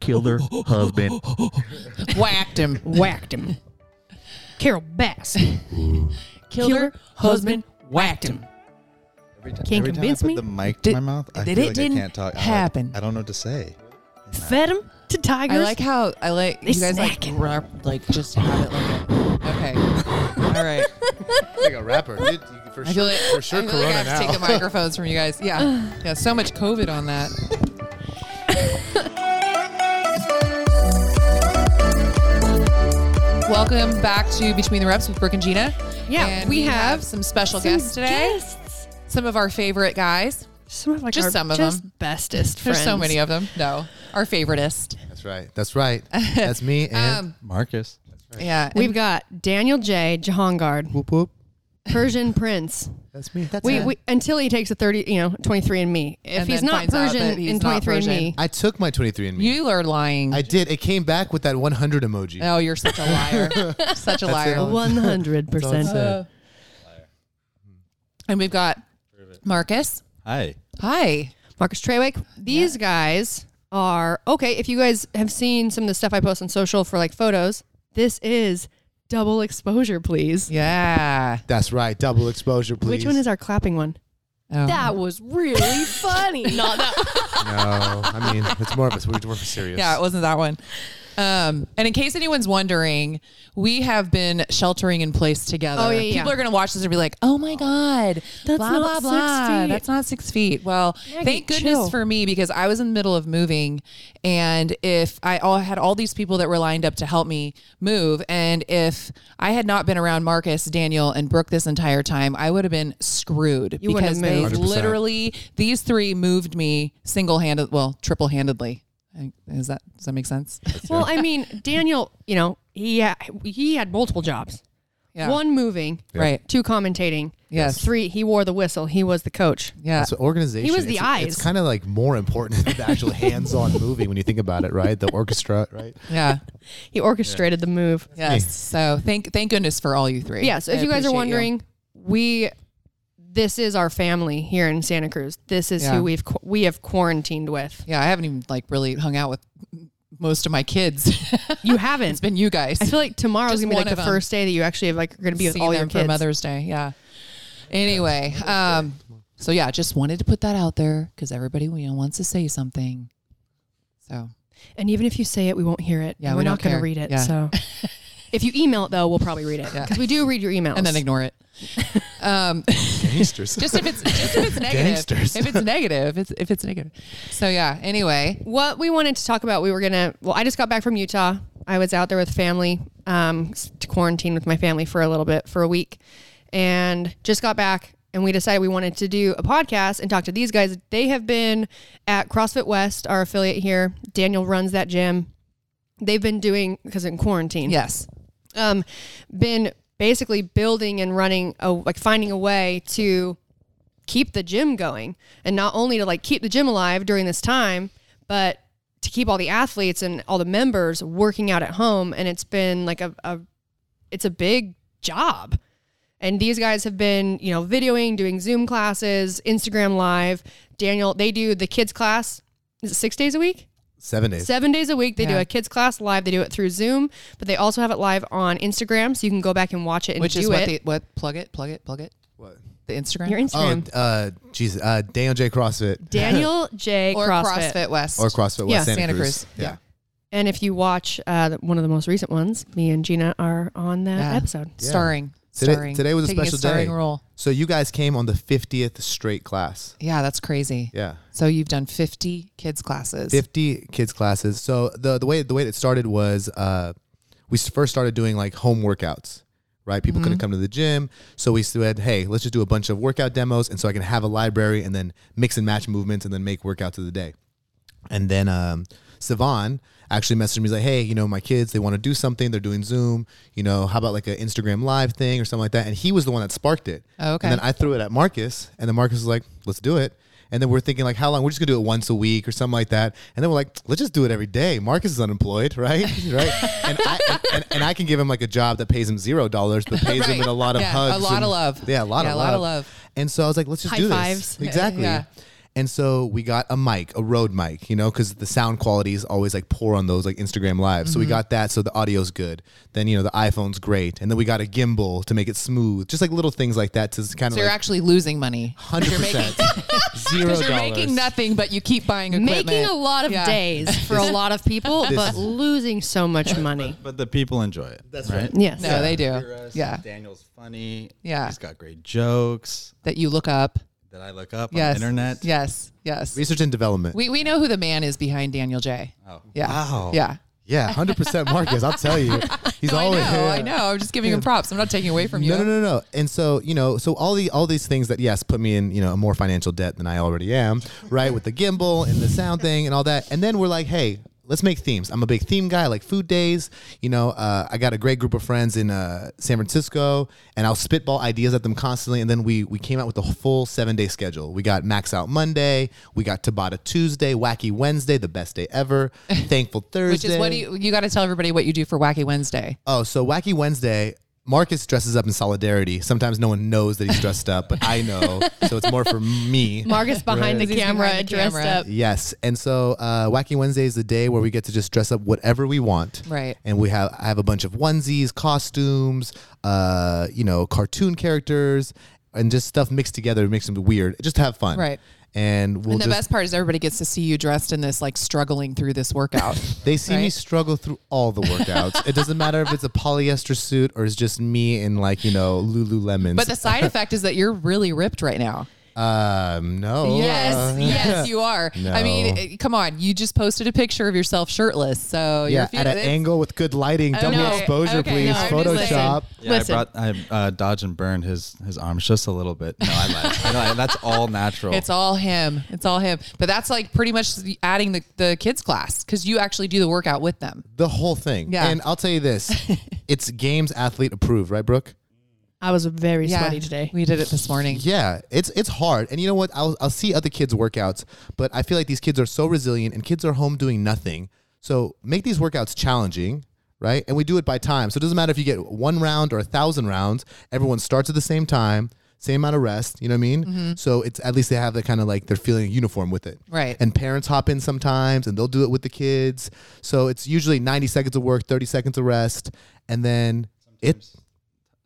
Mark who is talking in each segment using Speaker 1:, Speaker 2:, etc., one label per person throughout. Speaker 1: killed her husband.
Speaker 2: Whacked him.
Speaker 3: Whacked him. Carol Bass.
Speaker 2: Killed her husband. Whacked him.
Speaker 4: Every ti-
Speaker 3: Can't
Speaker 4: every time
Speaker 3: convince
Speaker 4: I put
Speaker 3: me.
Speaker 4: the mic
Speaker 2: Did-
Speaker 4: to my mouth, I
Speaker 2: did
Speaker 4: feel
Speaker 2: it
Speaker 4: like
Speaker 2: didn't
Speaker 4: I can't talk. I like-
Speaker 2: happen?
Speaker 4: I don't know what to say.
Speaker 3: Fed him to tigers.
Speaker 5: I like how I like
Speaker 3: They
Speaker 5: you guys like
Speaker 3: snacking.
Speaker 5: rap, like just have it like a, okay. All right.
Speaker 6: Like a rapper. You- you- for
Speaker 5: I
Speaker 6: sure,
Speaker 5: feel like
Speaker 6: for sure
Speaker 5: I feel
Speaker 6: Corona
Speaker 5: like I have
Speaker 6: now.
Speaker 5: to take the microphones from you guys. Yeah. Yeah, so much COVID on that. Welcome back to Between the Reps with Brooke and Gina.
Speaker 3: Yeah,
Speaker 5: And
Speaker 3: we have
Speaker 5: some special
Speaker 3: some
Speaker 5: guests today.
Speaker 3: guests.
Speaker 5: Some of our favorite guys.
Speaker 3: Some of like
Speaker 5: Just
Speaker 3: our
Speaker 5: some of
Speaker 3: just
Speaker 5: them.
Speaker 3: bestest friends.
Speaker 5: There's so many of them. No, our favoriteest.
Speaker 6: That's right. That's right. That's me
Speaker 5: Um,
Speaker 6: and
Speaker 4: Marcus.
Speaker 5: Yeah.
Speaker 3: We've got Daniel J. Jahangard.
Speaker 4: Whoop whoop.
Speaker 3: Persian prince.
Speaker 6: that's me. That's
Speaker 3: We,
Speaker 5: a-
Speaker 3: we until he takes a thirty, you know, twenty three and me. If
Speaker 5: And
Speaker 3: he's
Speaker 5: then
Speaker 3: not
Speaker 5: finds out
Speaker 3: Persian
Speaker 5: that he's
Speaker 3: in
Speaker 5: not
Speaker 3: twenty three and me,
Speaker 6: I took my 23 and me.
Speaker 5: you are lying.
Speaker 6: I did. It came back with that 100 emoji.
Speaker 5: Oh, you're such a liar. such a liar.
Speaker 3: one hundred percent.
Speaker 5: And we've got Marcus.
Speaker 4: Hi.
Speaker 5: Hi.
Speaker 3: Marcus Trawick. These guys are okay. If you guys have seen some of the stuff I post on social for like photos, this is double exposure, please.
Speaker 5: Yeah.
Speaker 6: That's right. Double exposure, please.
Speaker 3: Which one is our clapping one?
Speaker 5: Oh.
Speaker 3: That was really funny. not that.
Speaker 6: No, I mean it's more of a we're, we're serious.
Speaker 5: Yeah, it wasn't that one. Um, and in case anyone's wondering, we have been sheltering in place together.
Speaker 3: Oh, yeah, yeah.
Speaker 5: People are going to watch this and be like, oh my God,
Speaker 3: That's
Speaker 5: blah,
Speaker 3: not
Speaker 5: blah,
Speaker 3: six
Speaker 5: blah.
Speaker 3: feet."
Speaker 5: That's not six feet. Well,
Speaker 3: Maggie,
Speaker 5: thank goodness
Speaker 3: chill.
Speaker 5: for me because I was in the middle of moving. And if I all had all these people that were lined up to help me move, and if I had not been around Marcus, Daniel, and Brooke this entire time, I would have been screwed
Speaker 3: You
Speaker 5: because
Speaker 3: wouldn't have
Speaker 5: they
Speaker 3: moved.
Speaker 5: literally, these three moved me single handed, well, triple handedly. I- Is that does that make sense?
Speaker 3: Well, I mean, Daniel, you know, he he had multiple jobs.
Speaker 5: Yeah.
Speaker 3: One moving,
Speaker 5: Right.
Speaker 3: Two commentating,
Speaker 5: Yes.
Speaker 3: Three, he wore the whistle. He was the coach.
Speaker 5: Yeah.
Speaker 6: So organization.
Speaker 3: He was the
Speaker 6: it's,
Speaker 3: eyes.
Speaker 6: It's kind of like more important than the actual hands-on movie when you think about it, right? The orchestra, right?
Speaker 5: yeah.
Speaker 3: He orchestrated the move.
Speaker 5: Yes. So thank thank goodness for all you three.
Speaker 3: Yeah. So
Speaker 5: I
Speaker 3: if you guys
Speaker 5: appreciate
Speaker 3: are wondering, we this is our family here in Santa Cruz. This is
Speaker 5: Yeah.
Speaker 3: who we've qu- we have quarantined with.
Speaker 5: yeah, I haven't even like really hung out with most of my kids.
Speaker 3: You haven't.
Speaker 5: it's been you guys.
Speaker 3: I feel like tomorrow's
Speaker 5: Just
Speaker 3: gonna be like
Speaker 5: one
Speaker 3: the
Speaker 5: of 'em.
Speaker 3: first day that you actually have like are gonna be with
Speaker 5: See
Speaker 3: all
Speaker 5: them
Speaker 3: your
Speaker 5: for
Speaker 3: kids.
Speaker 5: Mother's Day. Yeah. Anyway, um, so yeah, just wanted to put that out there because everybody you know, wants to say something. So
Speaker 3: And even if you say it, we won't hear it.
Speaker 5: Yeah,
Speaker 3: we're
Speaker 5: we
Speaker 3: not
Speaker 5: don't
Speaker 3: gonna
Speaker 5: care.
Speaker 3: read it.
Speaker 5: Yeah.
Speaker 3: So if you email it though, we'll probably read it because we do read your emails.
Speaker 5: and then ignore it. Um,
Speaker 6: Gangsters.
Speaker 5: just if it's just if it's negative,
Speaker 6: Gangsters.
Speaker 5: if it's negative, it's if it's negative. So yeah. Anyway,
Speaker 3: what we wanted to talk about we were gonna well i just got back from utah i was out there with family um s- to quarantine with my family for a little bit for a week and just got back and we decided we wanted to do a podcast and talk to these guys they have been at crossfit west our affiliate here daniel runs that gym they've been doing because in quarantine
Speaker 5: yes,
Speaker 3: um, been basically building and running a like finding a way to keep the gym going and not only to like keep the gym alive during this time but to keep all the athletes and all the members working out at home and it's been like a, a it's a big job and these guys have been you know videoing doing zoom classes instagram live daniel they do the kids class is it six days a week
Speaker 6: Seven days.
Speaker 3: Seven days a week, they do
Speaker 5: Yeah.
Speaker 3: a kids class live. They do it through Zoom, but they also have it live on Instagram, so you can go back and watch it and
Speaker 5: which
Speaker 3: do
Speaker 5: is what
Speaker 3: it.
Speaker 5: the what plug it plug it plug it
Speaker 6: What?
Speaker 5: the Instagram
Speaker 3: Your
Speaker 6: Oh,
Speaker 3: Instagram,
Speaker 6: uh, Jesus. Uh, Daniel J. CrossFit
Speaker 3: Daniel J
Speaker 5: or
Speaker 3: CrossFit.
Speaker 5: CrossFit, West
Speaker 6: or CrossFit West
Speaker 3: Yeah,
Speaker 6: Santa,
Speaker 5: Santa
Speaker 6: Cruz.
Speaker 5: Cruz.
Speaker 6: Yeah.
Speaker 3: And if you watch uh, the- one of the most recent ones, me and Gina are on that
Speaker 5: Yeah.
Speaker 3: episode.
Speaker 5: starring.
Speaker 6: Today-
Speaker 5: starring.
Speaker 6: today was a
Speaker 5: Taking
Speaker 6: special
Speaker 5: starring
Speaker 6: day.
Speaker 5: role.
Speaker 6: So you guys came on the 50th straight class.
Speaker 5: Yeah, that's crazy.
Speaker 6: Yeah.
Speaker 5: So you've done 50 kids classes.
Speaker 6: 50 kids classes. So the the way the way it started was uh, we s- first started doing like home workouts, right? People couldn't come to the gym, so we said, "Hey, let's just do a bunch of workout demos, and so I can have a library and then mix and match movements and then make workouts of the day." And then um, Savan actually messaged me he's like, "Hey, you know, my kids they want to do something. They're doing Zoom. You know, how about like an Instagram live thing or something like that?" And he was the one that sparked it.
Speaker 5: Oh, okay.
Speaker 6: And then I threw it at Marcus, and then Marcus was like, "Let's do it." And then we're thinking like, how long? We're just gonna do it once a week or something like that. And then we're like, let's just do it every day. Marcus is unemployed, right? right. And I and, and, and I can give him like a job that pays him zero dollars, but pays him
Speaker 5: Right.
Speaker 6: in a lot of
Speaker 5: Yeah, a
Speaker 6: hugs,
Speaker 5: lot
Speaker 6: and-
Speaker 5: of love.
Speaker 6: Yeah, a lot
Speaker 5: Yeah,
Speaker 6: of
Speaker 5: a
Speaker 6: love.
Speaker 5: lot of love.
Speaker 6: And so I was like, let's just
Speaker 3: High
Speaker 6: do
Speaker 3: fives.
Speaker 6: this exactly.
Speaker 5: Yeah.
Speaker 6: And so we got a mic, a Rode mic, you know, because the sound quality is always like poor on those like Instagram lives. So we got that, so the audio's good. Then you know the iPhone's great, and then we got a gimbal to make it smooth, just like little things like that to kind of
Speaker 5: So you're
Speaker 6: like
Speaker 5: actually losing money.
Speaker 6: hundred percent zero
Speaker 5: Because
Speaker 6: dollars.
Speaker 5: you're making nothing, but you keep buying equipment.
Speaker 3: Making a lot of
Speaker 5: Yeah.
Speaker 3: days for a lot of people,
Speaker 6: This
Speaker 3: but
Speaker 6: is-
Speaker 3: losing so much money.
Speaker 1: But the people enjoy it. That's right.
Speaker 3: Yes.
Speaker 5: No, they do.
Speaker 1: Hear us.
Speaker 5: Yeah.
Speaker 1: Daniel's funny.
Speaker 5: Yeah.
Speaker 1: He's got great jokes
Speaker 5: That you look up.
Speaker 1: that I look up
Speaker 5: Yes.
Speaker 1: on the internet.
Speaker 5: Yes. Yes.
Speaker 6: Research and development.
Speaker 5: We, we know who the man is behind Daniel J.
Speaker 1: Oh.
Speaker 5: Yeah.
Speaker 1: Wow.
Speaker 5: Yeah.
Speaker 6: yeah, hundred percent, Marcus. I'll tell you, he's
Speaker 5: I know.
Speaker 6: always.
Speaker 5: I know. I'm just giving him props. I'm not taking away from you.
Speaker 6: No, no, no, no. And so you know, so all the all these things that yes put me in you know a more financial debt than I already am, right? With the gimbal and the sound thing and all that. And then we're like, hey, let's make themes. I'm a big theme guy. I like food days. You know, uh, I got a great group of friends in uh, San Francisco, and I'll spitball ideas at them constantly. And then we we came out with a full seven day schedule. We got Max Out Monday. We got Tabata Tuesday, Wacky Wednesday, the best day ever. Thankful Thursday.
Speaker 5: Which is what do you you got to tell everybody what you do for Wacky Wednesday.
Speaker 6: Oh, so Wacky Wednesday, Marcus dresses up in solidarity. Sometimes no one knows that he's dressed up, but I know. So it's more for me.
Speaker 3: Marcus behind the
Speaker 5: He's behind
Speaker 3: camera,
Speaker 5: the
Speaker 3: dressed
Speaker 5: camera.
Speaker 3: up.
Speaker 6: Yes. And so uh, Wacky Wednesday is the day where we get to just dress up whatever we want.
Speaker 5: Right.
Speaker 6: And we have I have a bunch of onesies, costumes, uh, you know, cartoon characters and just stuff mixed together to make something weird. Just have fun.
Speaker 5: Right.
Speaker 6: And we'll
Speaker 5: And the
Speaker 6: just
Speaker 5: best part is everybody gets to see you dressed in this, like struggling through this workout.
Speaker 6: They see me
Speaker 5: right?
Speaker 6: struggle through all the workouts. it doesn't matter if it's a polyester suit or it's just me in like, you know, Lululemons.
Speaker 5: but the side effect is that you're really ripped right now.
Speaker 6: um, no.
Speaker 5: Yes,
Speaker 6: Uh,
Speaker 5: yes, you are. I mean,
Speaker 6: No.
Speaker 5: eh, come on. You just posted a picture of yourself shirtless, so
Speaker 6: Yeah,
Speaker 5: you're
Speaker 6: at an
Speaker 5: it's-
Speaker 6: angle with good lighting, double
Speaker 5: no.
Speaker 6: exposure,
Speaker 5: Okay,
Speaker 6: please.
Speaker 5: no, I'm just saying.
Speaker 6: Photoshop.
Speaker 1: Yeah,
Speaker 3: Listen.
Speaker 1: I brought I uh, dodge and burned his his arms just a little bit. No, I lied. I lied. That's all natural.
Speaker 5: It's all him. It's all him. But that's like pretty much adding the, the kids class because you actually do the workout with them.
Speaker 6: The whole thing.
Speaker 5: Yeah.
Speaker 6: And I'll tell you this it's games athlete approved, right, Brooke?
Speaker 3: I was very sweaty today.
Speaker 5: We did it this morning.
Speaker 6: Yeah, it's it's hard. And you know what? I'll, I'll see other kids' workouts, but I feel like these kids are so resilient and kids are home doing nothing. So make these workouts challenging, right? And we do it by time. So it doesn't matter if you get one round or a thousand rounds, everyone starts at the same time. Same amount of rest, you know what I mean? So it's at least they have that kind of like they're feeling uniform with it.
Speaker 5: Right.
Speaker 6: And parents hop in sometimes and they'll do it with the kids. So it's usually 90 seconds of work, 30 seconds of rest. And then it,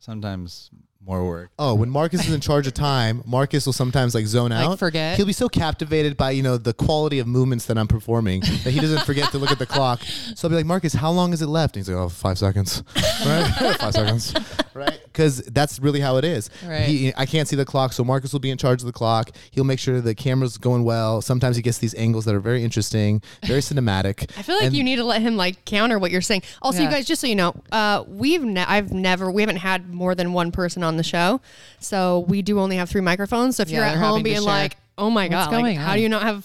Speaker 1: sometimes more work.
Speaker 6: Oh, when Marcus is in charge of time, Marcus will sometimes like zone
Speaker 5: Like,
Speaker 6: out.
Speaker 5: forget.
Speaker 6: He'll be so captivated by you know the quality of movements that I'm performing that he doesn't forget to look at the clock. So I'll be like, Marcus, how long is it left? And he's like, Oh, five seconds. Right? five seconds. Right? Because that's really how it is.
Speaker 5: Right.
Speaker 6: He, I can't see the clock, so Marcus will be in charge of the clock. He'll make sure the camera's going well. Sometimes he gets these angles that are very interesting, very cinematic.
Speaker 3: I feel like
Speaker 6: And-
Speaker 3: you need to let him like counter what you're saying. Also,
Speaker 5: Yeah.
Speaker 3: you guys, just so you know, uh, we've ne- I've never we haven't had more than one person on the show, so we do only have three microphones. So if
Speaker 5: Yeah,
Speaker 3: you're at
Speaker 5: they're
Speaker 3: home
Speaker 5: having to
Speaker 3: being
Speaker 5: share.
Speaker 3: like, "Oh my god, like,
Speaker 5: going
Speaker 3: how
Speaker 5: on?"
Speaker 3: do you not have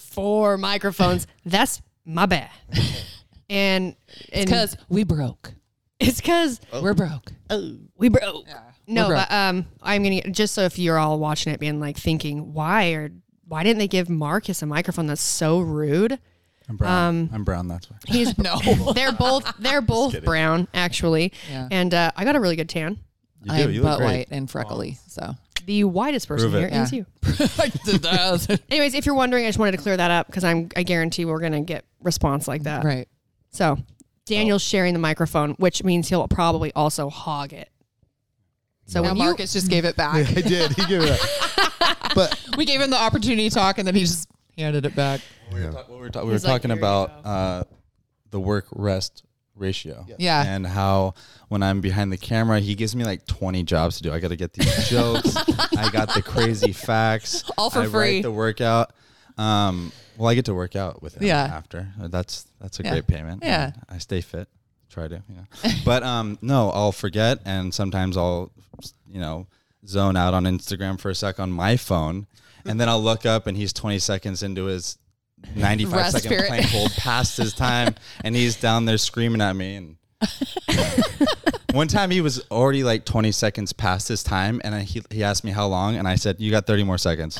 Speaker 3: four microphones?" That's my bad. and and-
Speaker 5: Because we broke.
Speaker 3: it's because
Speaker 5: We're broke.
Speaker 3: we broke. No,
Speaker 5: Oh. we're
Speaker 3: but um, I'm gonna get, just so if you're all watching it, being like thinking, why or why didn't they give Marcus a microphone? That's so rude.
Speaker 1: I'm brown.
Speaker 5: Um,
Speaker 1: I'm brown. That's why.
Speaker 3: He's no. They're both they're both brown actually,
Speaker 5: Yeah.
Speaker 3: and uh, I got a really good tan.
Speaker 1: You
Speaker 5: I
Speaker 1: do.
Speaker 5: am
Speaker 1: you look
Speaker 5: butt
Speaker 1: great.
Speaker 5: white and freckly. So
Speaker 3: The whitest person
Speaker 1: Prove it.
Speaker 3: here is
Speaker 5: Yeah.
Speaker 3: you.
Speaker 5: right.
Speaker 3: Anyways, if you're wondering, I just wanted to clear that up because I'm I guarantee we're gonna get response like that. So Daniel's sharing the microphone, which means he'll probably also hog it. So
Speaker 5: now
Speaker 3: when you,
Speaker 5: Marcus just gave it back.
Speaker 6: I did. He gave it up. But
Speaker 5: we gave him the opportunity to talk, and then he just handed it back.
Speaker 1: We were, ta- we were, ta- we were
Speaker 3: He's like,
Speaker 1: talking
Speaker 3: "Here you
Speaker 1: about uh, the work rest ratio.
Speaker 5: Yeah.
Speaker 1: And how when I'm behind the camera, he gives me like 20 jobs to do. I got to get these jokes. I got the crazy facts.
Speaker 5: All for
Speaker 1: I
Speaker 5: free.
Speaker 1: Write the workout. Um, well, I get to work out with him
Speaker 5: Yeah.
Speaker 1: after. That's that's a
Speaker 5: Yeah.
Speaker 1: great payment.
Speaker 5: Yeah.
Speaker 1: And I stay fit. Try to, you know. but um, no, I'll forget, and sometimes I'll, you know, zone out on Instagram for a sec on my phone, and then I'll look up, and he's 20 seconds into his 95
Speaker 5: Rest
Speaker 1: second
Speaker 5: period.
Speaker 1: plank hold past his time and he's down there screaming at me and one time he was already like 20 seconds past his time and I, he, he asked me how long and i said you got 30 more seconds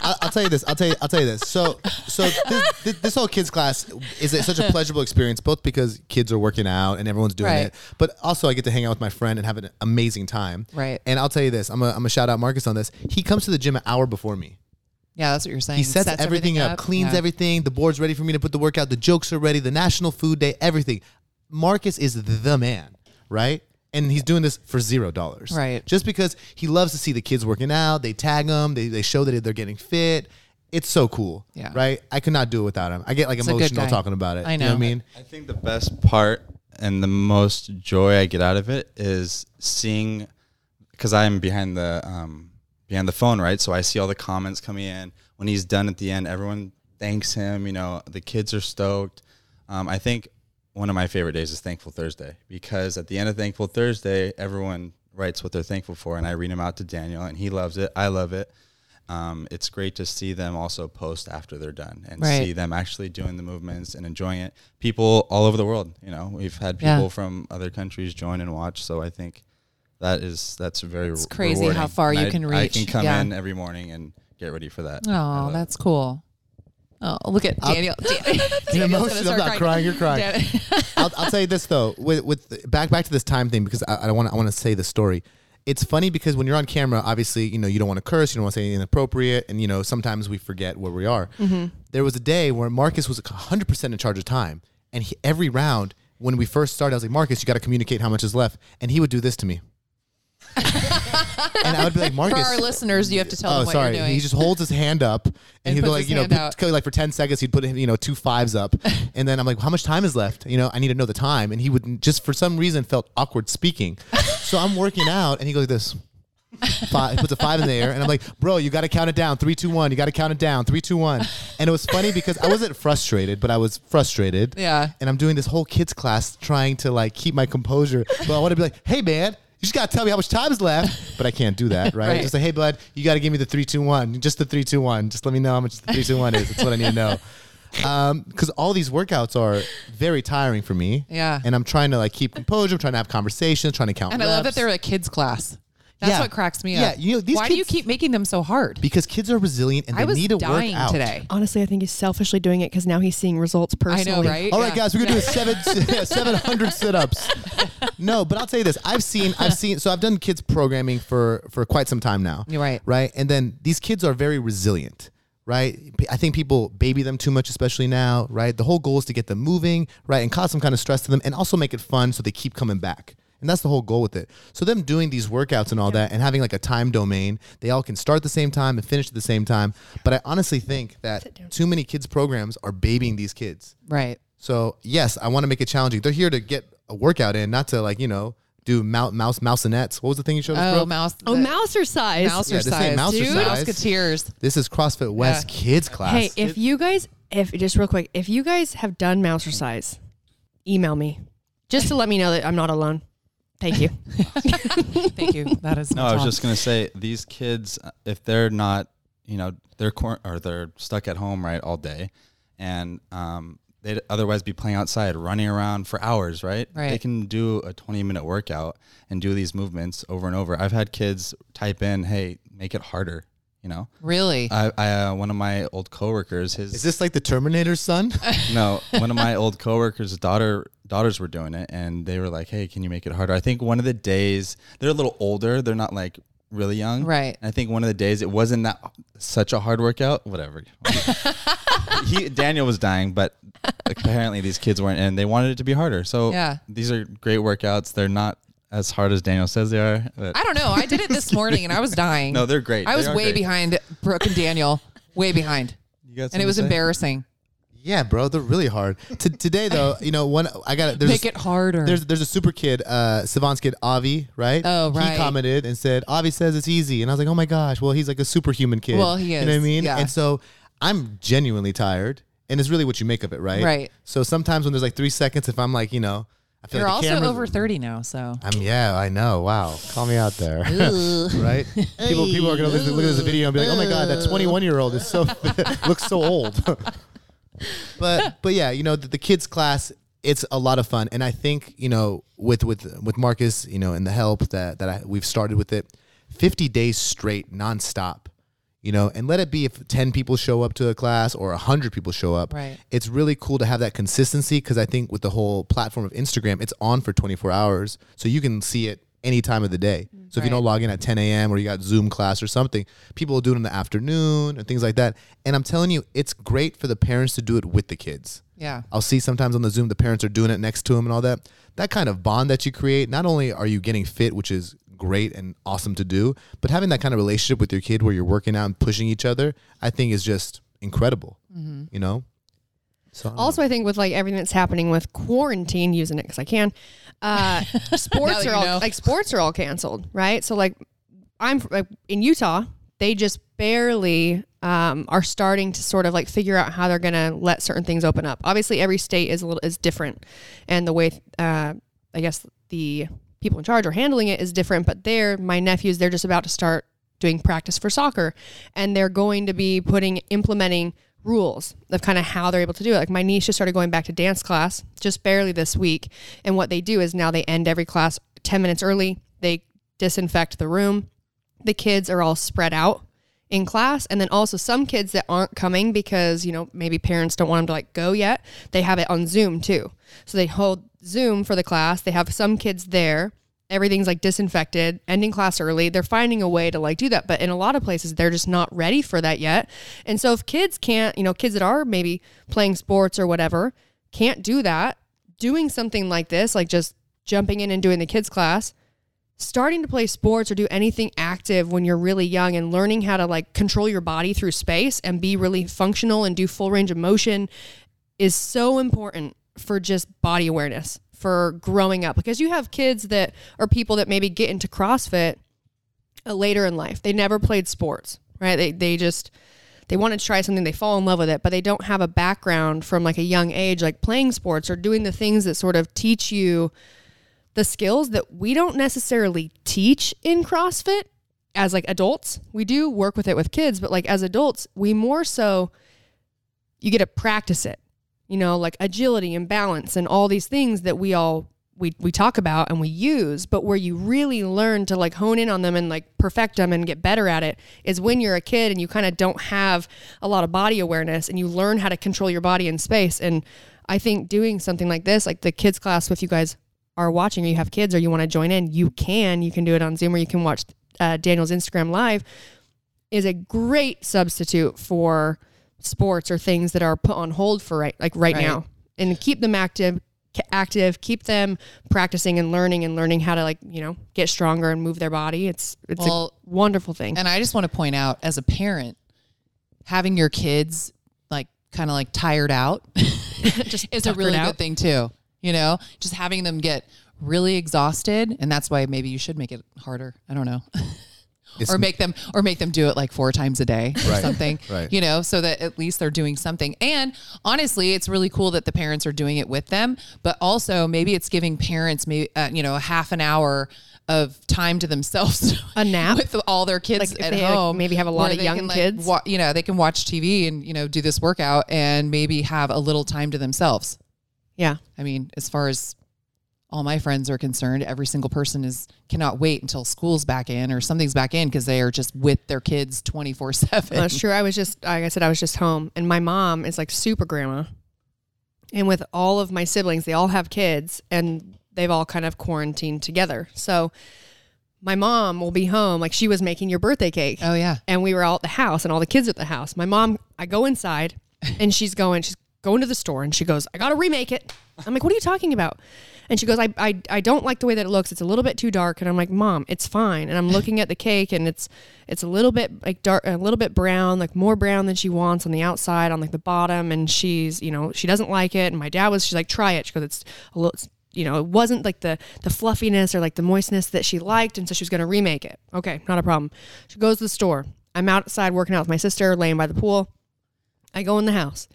Speaker 6: I'll, I'll tell you this. I'll tell you. I'll tell you this. So, so this, this, this whole kids class is it such a pleasurable experience, both because kids are working out and everyone's doing
Speaker 5: Right.
Speaker 6: it, but also I get to hang out with my friend and have an amazing time.
Speaker 5: Right.
Speaker 6: And I'll tell you this. I'm a, I'm a shout out Marcus on this. He comes to the gym an hour before me.
Speaker 5: Yeah, that's what you're saying.
Speaker 6: He sets, everything, up, cleans
Speaker 5: Yeah.
Speaker 6: everything. The board's ready for me to put the workout. The jokes are ready. The National Food Day, everything. Marcus is the man, right? And he's doing this for zero dollars,
Speaker 5: Right.
Speaker 6: Just because he loves to see the kids working out. They tag them. They, they show that they're getting fit. It's so cool,
Speaker 5: Yeah.
Speaker 6: Right? I could not do it without him. I get like
Speaker 5: a good
Speaker 6: emotional
Speaker 5: guy.
Speaker 6: talking about it.
Speaker 5: I
Speaker 6: You know what I
Speaker 5: know.
Speaker 6: mean,
Speaker 1: I think the best part and the most joy I get out of it is seeing, because I'm behind the um, behind the phone, right? So I see all the comments coming in. When he's done at the end, everyone thanks him. You know, the kids are stoked. Um, I think one of my favorite days is Thankful Thursday because at the end of Thankful Thursday, everyone writes what they're thankful for, and I read them out to Daniel, and he loves it. I love it. Um, it's great to see them also post after they're done and
Speaker 5: Right.
Speaker 1: see them actually doing the movements and enjoying it. People all over the world, you know, we've had
Speaker 5: Yeah.
Speaker 1: people from other countries join and watch. So I think that is that's very
Speaker 5: It's crazy how
Speaker 1: rewarding.
Speaker 5: far
Speaker 1: And
Speaker 5: you
Speaker 1: I-
Speaker 5: can
Speaker 1: I
Speaker 5: reach.
Speaker 1: can come
Speaker 5: Yeah.
Speaker 1: in every morning and get ready for that. I
Speaker 5: Oh,
Speaker 1: love it.
Speaker 5: that's cool. Oh, look at Daniel.
Speaker 6: You're
Speaker 5: Daniel's gonna
Speaker 6: emotional. I'm
Speaker 5: start
Speaker 6: not crying. You're crying.
Speaker 5: Dan-
Speaker 6: I'll, I'll tell you this though, with, with back back to this time thing because I, I want I want to say the story. It's funny because when you're on camera, obviously you know you don't want to curse, you don't want to say anything inappropriate, and you know sometimes we forget where we are.
Speaker 5: Mm-hmm.
Speaker 6: There was a day where Marcus was 100 percent in charge of time, and he, every round when we first started, I was like, Marcus, you got to communicate how much is left, and he would do this to me, and I would be like,
Speaker 5: For
Speaker 6: Marcus.
Speaker 5: our listeners, you have to tell
Speaker 6: Oh,
Speaker 5: them what
Speaker 6: sorry.
Speaker 5: you're doing.
Speaker 6: He just holds his hand up, and,
Speaker 5: And
Speaker 6: he'd be
Speaker 5: puts
Speaker 6: like,
Speaker 5: his
Speaker 6: you know,
Speaker 5: hand
Speaker 6: put-
Speaker 5: out.
Speaker 6: kinda like for ten seconds, he'd put in, you know two fives up, and then I'm like, how much time is left? You know, I need to know the time, and he would just for some reason felt awkward speaking. so I'm working out, and he goes like this. Five, he puts a five in the air, and I'm like, bro, you got to count it down. Three, two, one. You got to count it down. Three, two, one. And it was funny because I wasn't frustrated, but I was frustrated.
Speaker 5: Yeah.
Speaker 6: And I'm doing this whole kids class trying to like keep my composure, but I want to be like, hey, man. You just gotta tell me how much time is left, but I can't do that, right?
Speaker 5: Right.
Speaker 6: Just like, hey, bud, you gotta give me the three, two, one, just the three, two, one. Just let me know how much the three, two, one is. That's what I need to know, because all these workouts are very tiring for me.
Speaker 5: Yeah.
Speaker 6: and I'm trying to like keep composure. I'm trying to have conversations, trying to count.
Speaker 5: and I love that
Speaker 6: reps.
Speaker 5: they're a kids class. That's
Speaker 6: Yeah.
Speaker 5: what cracks me
Speaker 6: Yeah,
Speaker 5: up.
Speaker 6: you know, these
Speaker 5: Why do you
Speaker 6: kids-
Speaker 5: keep making them so hard?
Speaker 6: because kids are resilient and
Speaker 5: I
Speaker 6: they
Speaker 5: was
Speaker 6: need to
Speaker 5: dying
Speaker 6: work out
Speaker 5: today.
Speaker 3: Honestly, I think he's selfishly doing it because now he's seeing results
Speaker 5: I
Speaker 3: personally.
Speaker 5: know, right?
Speaker 6: All right,
Speaker 5: Yeah.
Speaker 6: guys, we're gonna do a seven seven hundred sit ups. No, but I'll tell you this: I've seen, I've seen. So I've done kids programming for for quite some time now.
Speaker 5: You're right.
Speaker 6: right? And then these kids are very resilient, right? P- I think people baby them too much, especially now, right? The whole goal is to get them moving, right, and cause some kind of stress to them, and also make it fun so they keep coming back. And that's the whole goal with it. So them doing these workouts and all that, and having like a time domain, they all can start at the same time and finish at the same time. But I honestly think that too many kids programs are babying these kids.
Speaker 5: Right.
Speaker 6: So yes, I want to make it challenging. They're here to get a workout in, not to like you know do mouse mouse mousinets. What was the thing you showed us?
Speaker 5: Oh,
Speaker 6: bro?
Speaker 5: mouse.
Speaker 3: Oh,
Speaker 5: the-
Speaker 3: mouser size.
Speaker 5: Mouser
Speaker 6: Yeah, this
Speaker 5: size.
Speaker 6: ain't mouser
Speaker 5: dude.
Speaker 6: size.
Speaker 5: Mouseketeers.
Speaker 6: This is CrossFit West kids class.
Speaker 3: Hey, if you guys, if just real quick, if you guys have done mouser size, email me just to let me know that I'm not alone. Thank you.
Speaker 5: Thank you. That is
Speaker 1: No, I was just gonna say these kids, uh, if they're not, you know, they're cor- or they're stuck at home right all day, and um, they'd otherwise be playing outside, running around for hours, right? They
Speaker 5: Right.
Speaker 1: can do a twenty-minute workout and do these movements over and over. I've had kids type in, "Hey, make it harder," you know.
Speaker 5: really.
Speaker 1: I, I uh, one of my old coworkers, his
Speaker 6: is this like the Terminator's son?
Speaker 1: no, one of my old coworkers' daughter daughters were doing it, and they were like, "Hey, can you make it harder?" I think one of the days they're a little older; they're not like really young,
Speaker 5: Right.
Speaker 1: And I think one of the days it wasn't that such a hard workout. Whatever. he Daniel was dying, but apparently these kids weren't, and they wanted it to be harder. So
Speaker 5: Yeah.
Speaker 1: these are great workouts. They're not as hard as Daniel says they are. But
Speaker 5: I don't know. I did it this morning and I was dying.
Speaker 1: No, they're great.
Speaker 5: I
Speaker 1: They
Speaker 5: was
Speaker 1: are
Speaker 5: way
Speaker 1: great.
Speaker 5: behind Brooke and Daniel. Way behind.
Speaker 1: You got
Speaker 5: And it
Speaker 1: something
Speaker 5: was
Speaker 1: to say?
Speaker 5: embarrassing.
Speaker 6: yeah, bro, they're really hard. T- today though, you know, one I got it. There's
Speaker 5: Make it harder.
Speaker 6: There's there's a super kid, uh, Savant's kid Avi, right?
Speaker 5: Oh,
Speaker 6: He
Speaker 5: right.
Speaker 6: commented and said Avi says it's easy, and I was like, oh my gosh, well he's like a superhuman kid.
Speaker 5: Well, he
Speaker 6: You know what I
Speaker 5: is,
Speaker 6: mean?
Speaker 5: yeah.
Speaker 6: And so I'm genuinely tired, and it's really what you make of it, right?
Speaker 5: Right.
Speaker 6: So sometimes when there's like three seconds, if I'm like, you know, I feel
Speaker 5: You're
Speaker 6: like
Speaker 5: also
Speaker 6: the camera's-
Speaker 5: over 30 now, so.
Speaker 6: I'm yeah, I know. Wow, call me out there, right? People, people are gonna look, look at this video and be like, "Oh my god, that 21 year old is so looks so old." but but yeah, you know the, the kids class, it's a lot of fun, and I think you know with with with Marcus, you know, and the help that that I, we've started with it, 50 days straight, nonstop, you know, and let it be if 10 people show up to a class or 100 people show up,
Speaker 5: Right.
Speaker 6: it's really cool to have that consistency because I think with the whole platform of Instagram, it's on for 24 hours. So you can see it any time of the day. So if you don't log in at 10 a.m. or you got Zoom class or something, people will do it in the afternoon and things like that. And I'm telling you, it's great for the parents to do it with the kids.
Speaker 5: Yeah.
Speaker 6: I'll see sometimes on the Zoom the parents are doing it next to them and all that. That kind of bond that you create, not only are you getting fit, which is great and awesome to do, but having that kind of relationship with your kid where you're working out and pushing each other, I think is just incredible.
Speaker 5: Mm-hmm.
Speaker 6: You know? So I don't
Speaker 3: Also, I think with like everything that's happening with quarantine, using it because I can, uh, sports
Speaker 5: you
Speaker 3: are all
Speaker 5: know.
Speaker 3: like sports are all canceled, right? So like, I'm like in Utah, they just barely um, are starting to sort of like figure out how they're gonna let certain things open up. Obviously, every state is a little is different, and the way uh, I guess the people in charge are handling it is different. But there, my nephews, they're just about to start doing practice for soccer and they're going to be putting implementing rules of kind of how they're able to do it like my niece just started going back to dance class just barely this week and what they do is now they end every class 10 minutes early they disinfect the room the kids are all spread out in class and then also some kids that aren't coming because you know maybe parents don't want them to like go yet they have it on zoom too so they hold zoom for the class they have some kids there everything's like disinfected ending class early they're finding a way to like do that but in a lot of places they're just not ready for that yet and so if kids can't you know kids that are maybe playing sports or whatever can't do that doing something like this like just jumping in and doing the kids class starting to play sports or do anything active when you're really young and learning how to like control your body through space and be really functional and do full range of motion is so important for just body awareness for growing up because you have kids that are people that maybe get into CrossFit uh, later in life. They never played sports, right? They they just they want to try something, they fall in love with it, but they don't have a background from like a young age like playing sports or doing the things that sort of teach you the skills that we don't necessarily teach in CrossFit as like adults. We do work with it with kids, but like as adults, we more so you get to practice it. You know, like agility and balance and all these things that we all we we talk about and we use, but where you really learn to like hone in on them and like perfect them and get better at it is when you're a kid and you kind of don't have a lot of body awareness and you learn how to control your body in space and I think doing something like this, like the kids class if you guys are watching or you have kids or you want to join in, you can. You can do it on Zoom or you can watch uh, Daniel's Instagram live is a great substitute for sports or things that are put on hold for right like right,
Speaker 5: Right.
Speaker 3: now and keep them active ca- active keep them practicing and learning and learning how to like you know get stronger and move their body it's it's
Speaker 5: Well,
Speaker 3: a wonderful thing
Speaker 5: And I just want to point out as a parent, having your kids like kind of like tired out just is a
Speaker 3: tuckered
Speaker 5: really
Speaker 3: out.
Speaker 5: good thing too. You know, just having them get really exhausted and that's why maybe you should make it harder. I don't know.
Speaker 6: It's-
Speaker 5: or make them or make them do it like four times a day or
Speaker 6: Right,
Speaker 5: something.
Speaker 6: right.
Speaker 5: You know, so that at least they're doing something. And honestly, it's really cool that the parents are doing it with them, but also maybe it's giving parents maybe uh, you know, a half an hour of time to themselves
Speaker 3: a nap
Speaker 5: with all their kids
Speaker 3: Like, if
Speaker 5: at
Speaker 3: they, like,
Speaker 5: home.
Speaker 3: maybe have a lot
Speaker 5: where
Speaker 3: of
Speaker 5: they
Speaker 3: young
Speaker 5: can, like,
Speaker 3: kids.
Speaker 5: wa- you know, they can watch TV and you know do this workout and maybe have a little time to themselves.
Speaker 3: yeah
Speaker 5: I mean, as far as all my friends are concerned, every single person is cannot wait until school's back in or something's back in because they are just with their kids twenty four
Speaker 3: Well,
Speaker 5: seven.
Speaker 3: That's true. I was just, like I said, I was just home, and my mom is like super grandma. And with all of my siblings, they all have kids, and they've all kind of quarantined together. So my mom will be home, like she was making your birthday cake,
Speaker 5: Oh yeah,
Speaker 3: and we were all at the house, and all the kids at the house. My mom, I go inside, and she's going, she's going to the store, and she goes, "I gotta remake it." I'm like, "What are you talking about?" And she goes, I, I, I don't like the way that it looks. It's a little bit too dark. And I'm like, Mom, it's fine. And I'm looking at the cake and it's it's a little bit like dark a little bit brown, like more brown than she wants on the outside, on like the bottom. And she's, you know, she doesn't like it. And my dad was, she's like, try it. She goes, it's a little it's, you know, it wasn't like the the fluffiness or like the moistness that she liked, and so she was gonna remake it. Okay, not a problem. She goes to the store. I'm outside working out with my sister, laying by the pool. I go in the house.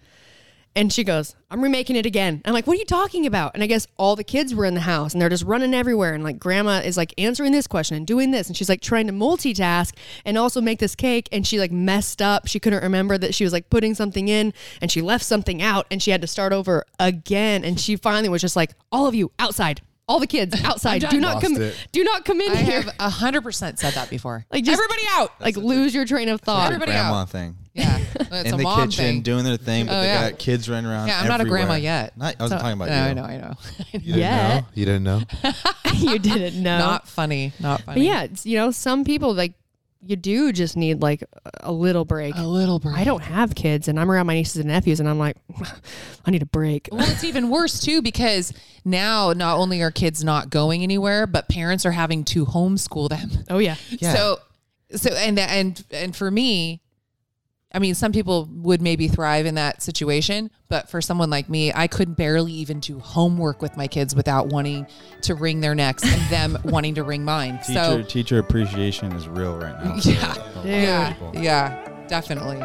Speaker 3: And she goes, I'm remaking it again. I'm like, what are you talking about? And I guess all the kids were in the house and they're just running everywhere. And like, grandma is like answering this question and doing this. And she's like trying to multitask and also make this cake. And she like messed up. She couldn't remember that she was like putting something in and she left something out and she had to start over again. And she finally was just like, all of you outside. all the kids outside.
Speaker 5: I'm
Speaker 3: Do
Speaker 5: done.
Speaker 3: not
Speaker 6: Lost
Speaker 3: come.
Speaker 6: it.
Speaker 3: Do not come in
Speaker 5: I
Speaker 3: here.
Speaker 5: have hundred percent said that before.
Speaker 3: Like, just-
Speaker 5: everybody out.
Speaker 3: like lose your train of thought.
Speaker 5: Everybody
Speaker 4: grandma
Speaker 5: out.
Speaker 4: thing.
Speaker 5: Yeah, it's
Speaker 4: in
Speaker 5: a
Speaker 4: the
Speaker 5: mom
Speaker 4: kitchen
Speaker 5: thing.
Speaker 4: doing their thing, but
Speaker 5: Oh,
Speaker 4: they
Speaker 5: yeah.
Speaker 4: got kids running around.
Speaker 5: yeah, I'm not a grandma
Speaker 4: everywhere.
Speaker 5: yet.
Speaker 4: Not- I wasn't
Speaker 5: So-
Speaker 4: talking about
Speaker 5: no,
Speaker 4: you.
Speaker 5: I know, I know.
Speaker 6: You didn't
Speaker 3: Yeah.
Speaker 6: know? You didn't know?
Speaker 3: you didn't know.
Speaker 5: Not funny. Not
Speaker 3: but
Speaker 5: funny.
Speaker 3: yeah, it's, you know, some people like you do just need like a little break.
Speaker 5: a little break.
Speaker 3: I don't have kids, and I'm around my nieces and nephews, and I'm like, I need a break.
Speaker 5: Well, it's even worse too because now not only are kids not going anywhere, but parents are having to homeschool them.
Speaker 3: Oh yeah,
Speaker 5: So, so and that and and for me, I mean, some people would maybe thrive in that situation, but for someone like me, I could barely even do homework with my kids without wanting to wring their necks and them wanting to wring mine.
Speaker 4: Teacher,
Speaker 5: So,
Speaker 4: teacher appreciation is real right now.
Speaker 5: Yeah.
Speaker 4: A lot of
Speaker 5: yeah,
Speaker 4: people.
Speaker 5: yeah, definitely.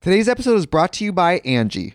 Speaker 7: Today's episode is brought to you by Angie.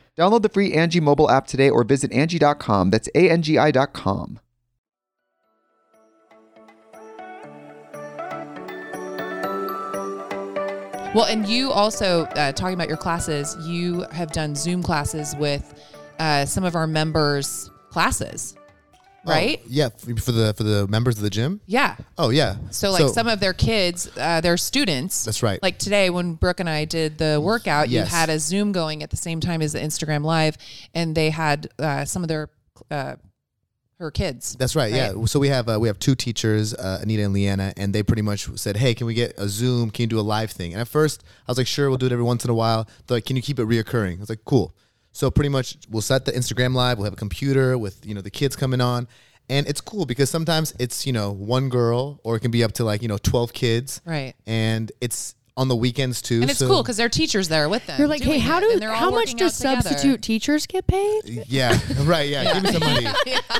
Speaker 7: Download the free Angie mobile app today or visit Angie.com. That's A N G I.com.
Speaker 5: Well, and you also uh, talking about your classes. You have done Zoom classes with uh, some of our members' classes, right?
Speaker 6: Oh, yeah, f- for the for the members of the gym.
Speaker 5: Yeah.
Speaker 6: Oh yeah.
Speaker 5: So, like some of their kids, uh, their students.
Speaker 6: That's right.
Speaker 5: Like today, when Brooke and I did the workout,
Speaker 6: Yes.
Speaker 5: you had a Zoom going at the same time as the Instagram Live, and they had uh, some of their uh, her kids.
Speaker 6: That's right, Yeah. So we have uh, we have two teachers, uh, Anita and Leanna, and they pretty much said, "Hey, can we get a Zoom? Can you do a live thing?" And at first, I was like, "Sure, we'll do it every once in a while." They're like, "Can you keep it reoccurring?" I was like, "Cool." So pretty much, we'll set the Instagram live. We'll have a computer with you know the kids coming on, and it's cool because sometimes it's you know one girl, or it can be up to like you know twelve kids,
Speaker 5: Right.
Speaker 6: And it's on the weekends too.
Speaker 5: And it's
Speaker 6: so-
Speaker 5: cool because their teachers there with them.
Speaker 3: you're like, hey,
Speaker 5: doing
Speaker 3: how
Speaker 5: it,
Speaker 3: do
Speaker 5: and they're all
Speaker 3: how much
Speaker 5: working
Speaker 3: do
Speaker 5: out together.
Speaker 3: substitute teachers get paid?
Speaker 6: Yeah, right. Yeah, give me some money.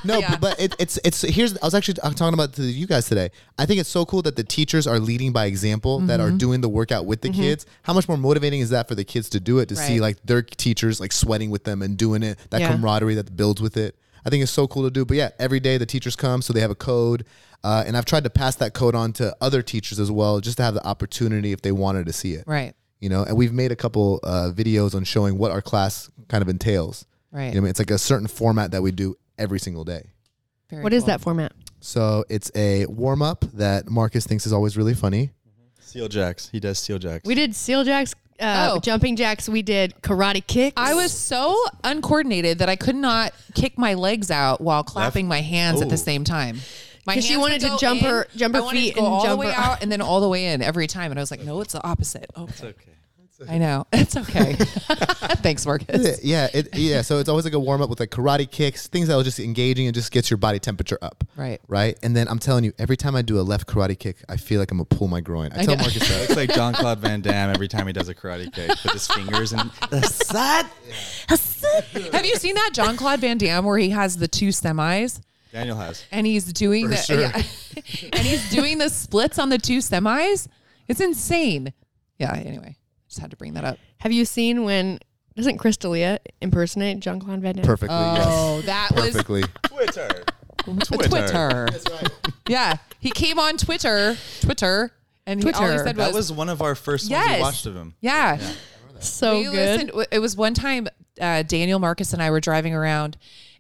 Speaker 6: No, but it, it's it's here's. I was actually I'm talking about to you guys today. I think it's so cool that the teachers are leading by example, that are doing the workout with the kids. How much more motivating is that for the kids to do it to see
Speaker 5: Right.
Speaker 6: like their teachers like sweating with them and doing it, that
Speaker 3: Yeah.
Speaker 6: camaraderie that builds with it. I think it's so cool to do. But yeah, every day the teachers come, so they have a code. Uh, and I've tried to pass that code on to other teachers as well, just to have the opportunity if they wanted to see it.
Speaker 5: Right.
Speaker 6: You know, and we've made a couple uh, videos on showing what our class kind of entails.
Speaker 5: Right.
Speaker 6: You know, what I mean? it's like a certain format that we do every single day.
Speaker 5: Very
Speaker 3: What is
Speaker 5: cool.
Speaker 3: that format?
Speaker 6: So it's a warm up that Marcus thinks is always really funny.
Speaker 4: Seal jacks. He does seal jacks.
Speaker 3: We did seal jacks, uh,
Speaker 5: Oh.
Speaker 3: jumping jacks. We did karate kicks.
Speaker 5: I was so uncoordinated that I could not kick my legs out while clapping my hands at the
Speaker 4: Ooh.
Speaker 5: same time. My
Speaker 3: 'Cause she
Speaker 5: hands
Speaker 3: wanted
Speaker 5: would
Speaker 3: to
Speaker 5: go
Speaker 3: jump
Speaker 5: in,
Speaker 3: her- jump her
Speaker 5: I wanted
Speaker 3: feet
Speaker 5: to go
Speaker 3: and
Speaker 5: all
Speaker 3: jump
Speaker 5: the way
Speaker 3: her-
Speaker 5: out and then all the way in every time. And I was like, no, it's the opposite. Okay. It's okay. I know. It's okay. Thanks, Marcus.
Speaker 6: Yeah, it, yeah. So it's always like a warm up with like karate kicks, things that will just engaging and just gets your body temperature up.
Speaker 5: Right.
Speaker 6: Right. And then I'm telling you, every time I do a left karate kick, I feel like I'm gonna pull my groin. I tell
Speaker 5: know.
Speaker 6: Marcus that.
Speaker 4: Looks like John Claude Van Damme every time he does a karate kick with his fingers and
Speaker 5: Have you seen that John Claude Van Damme where he has the two semis?
Speaker 4: Daniel has.
Speaker 5: and he's doing the
Speaker 6: sure.
Speaker 5: yeah. and he's doing the splits on the two semis. It's insane. Yeah. Anyway, just had to bring that up.
Speaker 3: Have you seen when? Doesn't Chris D'Elia impersonate John Claude Van Damme?
Speaker 6: Perfectly.
Speaker 5: Oh, that
Speaker 6: Yes. Perfectly.
Speaker 4: Twitter.
Speaker 5: Twitter. That's right. Yeah. He came on Twitter, Twitter, and he, all he
Speaker 3: Twitter.
Speaker 5: said
Speaker 1: That
Speaker 5: was,
Speaker 1: was one of our first ones
Speaker 5: Yes.
Speaker 1: we watched of him.
Speaker 5: yeah. we
Speaker 3: So Oh, good.
Speaker 5: listened. It was one time uh, Daniel Marcus and I were driving around,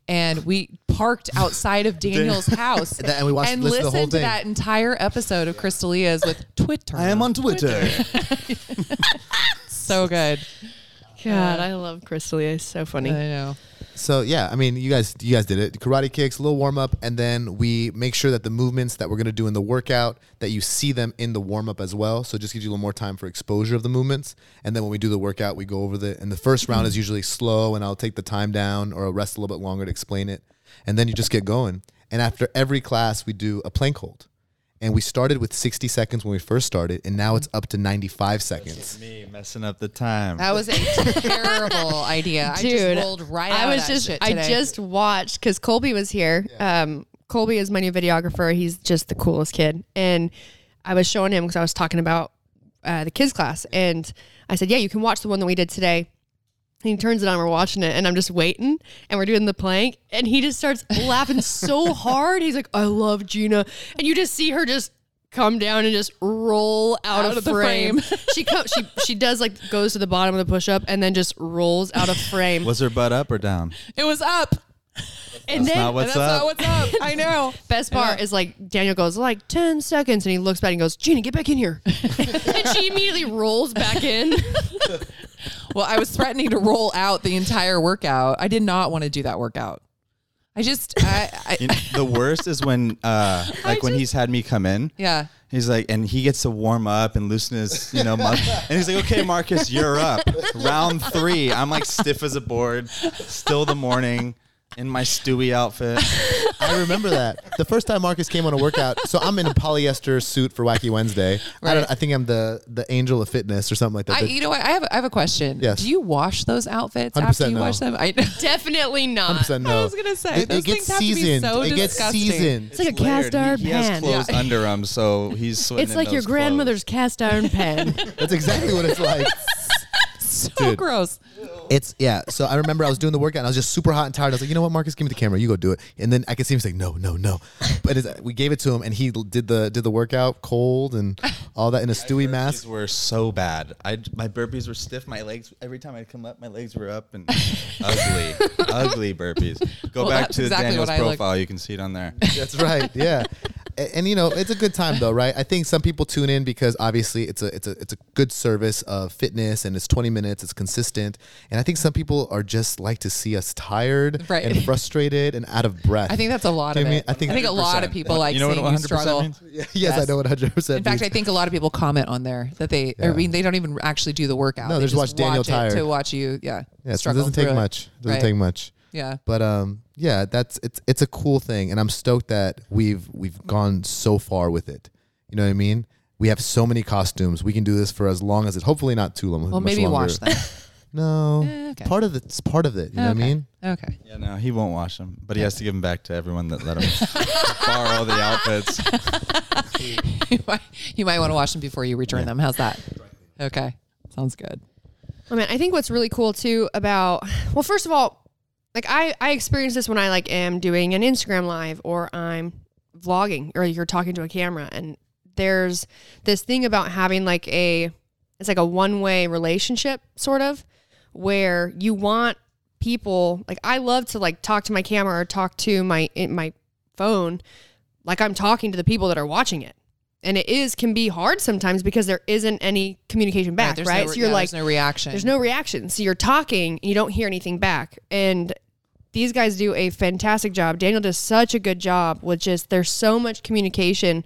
Speaker 5: and we parked outside of Daniel's house,
Speaker 6: That- and we watched-
Speaker 5: and
Speaker 6: listened to
Speaker 5: listened
Speaker 6: the whole
Speaker 5: to
Speaker 6: thing.
Speaker 5: that entire episode of Crystalia's with Twitter.
Speaker 6: I am on Twitter.
Speaker 5: so good.
Speaker 3: God, I love Crystalia. So
Speaker 5: I
Speaker 3: funny.
Speaker 5: know.
Speaker 6: So yeah, I mean, you guys, you guys did it. Karate kicks, a little warm up, and then we make sure that the movements that we're gonna do in the workout that you see them in the warm up as well. So it just gives you a little more time for exposure of the movements. And then when we do the workout, we go over the. And the first round is usually slow, and I'll take the time down or I'll rest a little bit longer to explain it. And then you just get going. And after every class, we do a plank hold. And we started with 60 seconds when we first started, and now it's up to 95 seconds.
Speaker 1: Me messing up the time.
Speaker 5: That was a terrible idea. I
Speaker 3: Dude,
Speaker 5: just rolled right out
Speaker 3: I
Speaker 5: of
Speaker 3: was
Speaker 5: that
Speaker 3: just,
Speaker 5: shit
Speaker 3: I
Speaker 5: today.
Speaker 3: just watched because Colby was here. Um, Colby is my new videographer. He's just the coolest kid. And I was showing him because I was talking about uh, the kids' class. And I said, Yeah, you can watch the one that we did today. And he turns it on, we're watching it, and I'm just waiting, and we're doing the plank, and he just starts laughing so hard. He's like, "I love Gina," and you just see her just come down and just roll out, of,
Speaker 5: the
Speaker 3: frame.
Speaker 5: frame.
Speaker 3: she comes, she she does like goes to the bottom of the push up, and then just rolls out of frame.
Speaker 1: was her butt up or down?
Speaker 5: it was up.
Speaker 3: and then
Speaker 1: Not what's
Speaker 5: That's
Speaker 1: up.
Speaker 5: not what's up. I know.
Speaker 3: Best part is like Daniel goes like ten seconds, and he looks back and goes, "Gina, get back in here," and she immediately rolls back in.
Speaker 5: Well, I was threatening to roll out the entire workout. I did not want to do that workout. I just, I,
Speaker 1: You
Speaker 5: I
Speaker 1: know, the worst is when, uh, like, when he's had me come in.
Speaker 5: yeah.
Speaker 1: He's like, and he gets to warm up and loosen his, you know, muscle. And he's like, okay, Marcus, you're up. Round three. I'm like stiff as a board, still the morning, in my Stewie outfit.
Speaker 6: I remember that the first time Marcus came on a workout. So I'm in a polyester suit for Wacky Wednesday. I, don't, I think I'm the the angel of fitness or something like that.
Speaker 5: I,
Speaker 6: The-
Speaker 5: you know what? I have, I have a question.
Speaker 6: Yes.
Speaker 5: Do you wash those outfits
Speaker 6: 100%
Speaker 5: after you
Speaker 6: no.
Speaker 5: wash them? I,
Speaker 3: Definitely not.
Speaker 6: 100% no.
Speaker 5: I was gonna say,
Speaker 6: it,
Speaker 5: those
Speaker 6: it
Speaker 5: things
Speaker 6: gets
Speaker 5: have to be
Speaker 6: seasoned.
Speaker 5: so
Speaker 6: it gets
Speaker 5: disgusting.
Speaker 6: seasoned.
Speaker 3: It's like a cast iron
Speaker 1: He, he has
Speaker 3: pan.
Speaker 1: closed under him, so he's sweating.
Speaker 3: It's
Speaker 1: in
Speaker 3: like your
Speaker 1: those
Speaker 3: grandmother's cast iron pan.
Speaker 6: That's exactly what it's like.
Speaker 5: so
Speaker 6: Dude.
Speaker 5: gross.
Speaker 6: It's yeah. So I remember I was doing the workout and I was just super hot and tired. I was like, you know what, Marcus, give me the camera. You go do it. And then I could see him he's like, no, no, no. But it's, we gave it to him and he did the did the workout cold and all that in a Stewie
Speaker 1: These
Speaker 6: mask.
Speaker 1: were so bad. I my burpees were stiff. My legs every time I'd come up, my legs were up and ugly, ugly burpees. Go
Speaker 5: Well,
Speaker 1: back
Speaker 5: that's
Speaker 1: to
Speaker 5: exactly what
Speaker 1: Daniel's
Speaker 5: I look-
Speaker 1: profile. You can see it on there.
Speaker 6: That's right. Yeah. And, and you know, it's a good time though, right? I think some people tune in because obviously it's a it's a it's a good service of fitness and it's 20 minutes, it's consistent. And I think some people are just like to see us tired
Speaker 5: Right.
Speaker 6: and frustrated and out of breath.
Speaker 5: I think that's a lot of
Speaker 6: I mean,
Speaker 5: it.
Speaker 6: I think
Speaker 5: I think a lot of people like
Speaker 1: you know what
Speaker 5: seeing
Speaker 1: 100%
Speaker 5: you struggle.
Speaker 1: means?
Speaker 6: yes, I know what 100%.
Speaker 5: In fact, I
Speaker 6: means.
Speaker 5: think a lot of people comment on there that they, I mean, they don't even actually do the workout.
Speaker 6: No, they just watch Daniel
Speaker 5: it
Speaker 6: tired.
Speaker 5: to watch you. Yeah,
Speaker 6: yeah, so it
Speaker 5: struggle
Speaker 6: doesn't take
Speaker 5: through it.
Speaker 6: much. Doesn't
Speaker 5: Right.
Speaker 6: take much.
Speaker 5: Yeah,
Speaker 6: But um, yeah, that's it's it's a cool thing, and I'm stoked that we've we've gone so far with it. You know what I mean? We have so many costumes. We can do this for as long as it. Hopefully, not too long.
Speaker 5: well,
Speaker 6: much
Speaker 5: maybe
Speaker 6: longer.
Speaker 5: wash them.
Speaker 6: No,
Speaker 5: Eh, okay.
Speaker 6: part of the, it's part of it. You know what I mean?
Speaker 5: Okay.
Speaker 1: Yeah, no, he won't wash them, but he has to give them back to everyone that let him borrow the outfits.
Speaker 5: you might, you might want to wash them before you return them. How's that? Okay. Sounds good.
Speaker 3: I mean, I think what's really cool too about well, first of all, like I I experience this when I like am doing an Instagram live or I'm vlogging or you're talking to a camera and there's this thing about having like a it's like a one-way relationship sort of where you want people like I love to like talk to my camera or talk to my in my phone like I'm talking to the people that are watching it. And it is can be hard sometimes because there isn't any communication back, right?
Speaker 5: there's No,
Speaker 3: so you're
Speaker 5: yeah,
Speaker 3: like
Speaker 5: there's no reaction.
Speaker 3: there's no reaction. So you're talking and you don't hear anything back. And these guys do a fantastic job. Daniel does such a good job with just there's so much communication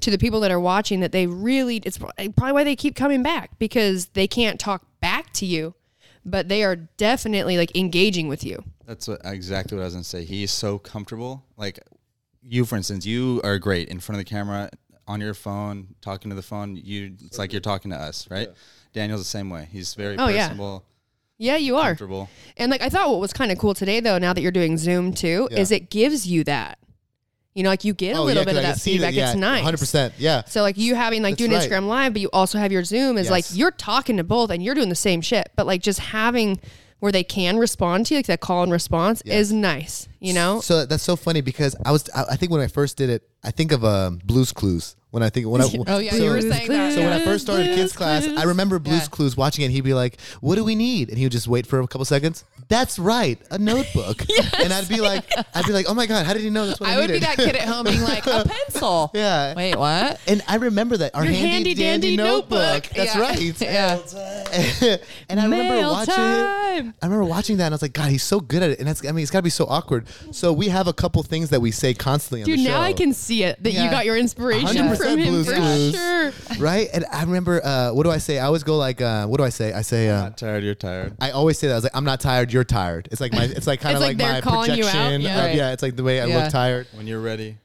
Speaker 3: to the people that are watching that they really it's eh, probably why they keep coming back because they can't talk back to you, but they are definitely like engaging with you.
Speaker 1: That's what, exactly what I was gonna say. He's so comfortable. Like you, for instance, you are great in front of the camera, on your phone, talking to the phone. You, it's like you're talking to us, right? Daniel's the same way. He's very
Speaker 3: Oh, yeah.
Speaker 1: personable,
Speaker 3: Yeah, you are.
Speaker 1: comfortable.
Speaker 3: And like I thought what was kind of cool today though, now that you're doing Zoom too, is it gives you that. You know, like you
Speaker 6: Oh,
Speaker 3: get a little bit of that feedback. it's nice.
Speaker 6: Hundred percent. Yeah.
Speaker 3: So like you having like
Speaker 6: That's
Speaker 3: doing
Speaker 6: right.
Speaker 3: Instagram live, but you also have your Zoom is like
Speaker 6: Yes.
Speaker 3: you're talking to both and you're doing the same shit. But like just having where they can respond to you, like that call and response, is nice. You know,
Speaker 6: So that's so funny because I was I, I think when I first did it, I think of um, Blues Clues when I think when I
Speaker 5: Oh yeah,
Speaker 6: so-
Speaker 5: you were saying that.
Speaker 6: So when I first started kids class, I remember Blues
Speaker 5: Yeah.
Speaker 6: Clues watching it. And he'd be like, "What do we need?" And he would just wait for a couple seconds. That's right, a notebook. And I'd be like, I'd be like, "Oh my god, how did he know that's what I,
Speaker 5: I would be
Speaker 6: needed?"
Speaker 5: that kid at home being like, a pencil.
Speaker 6: Yeah.
Speaker 5: Wait, what?
Speaker 6: And I remember that our
Speaker 3: Your
Speaker 6: handy,
Speaker 3: handy dandy
Speaker 6: dandy, notebook.
Speaker 3: notebook.
Speaker 6: That's
Speaker 5: Yeah.
Speaker 6: right.
Speaker 5: Yeah.
Speaker 6: and I remember
Speaker 3: Mail
Speaker 6: watching it.
Speaker 3: time.
Speaker 6: I remember watching that, and I was like, "God, he's so good at it." And that's, I mean, it's got to be so awkward. So we have a couple things that we say constantly on
Speaker 3: dude,
Speaker 6: the show.
Speaker 3: now I can see it that
Speaker 5: Yeah.
Speaker 3: you got your inspiration
Speaker 6: 100%
Speaker 3: from him
Speaker 6: Blue's
Speaker 3: for
Speaker 6: Clues.
Speaker 3: sure.
Speaker 6: right? And I remember, uh, what do I say? I always go like, uh, "What do I say?" I say, uh,
Speaker 1: tired, you're tired.
Speaker 6: I always say that. I was like, I'm not tired. You're tired. It's like my. It's like kind of
Speaker 3: It's like
Speaker 6: like,
Speaker 3: they're
Speaker 6: my
Speaker 3: calling you out,
Speaker 6: projection.
Speaker 3: yeah.
Speaker 6: of-
Speaker 5: Right.
Speaker 6: yeah. It's like the way I
Speaker 5: Yeah.
Speaker 6: look tired.
Speaker 1: When you're ready,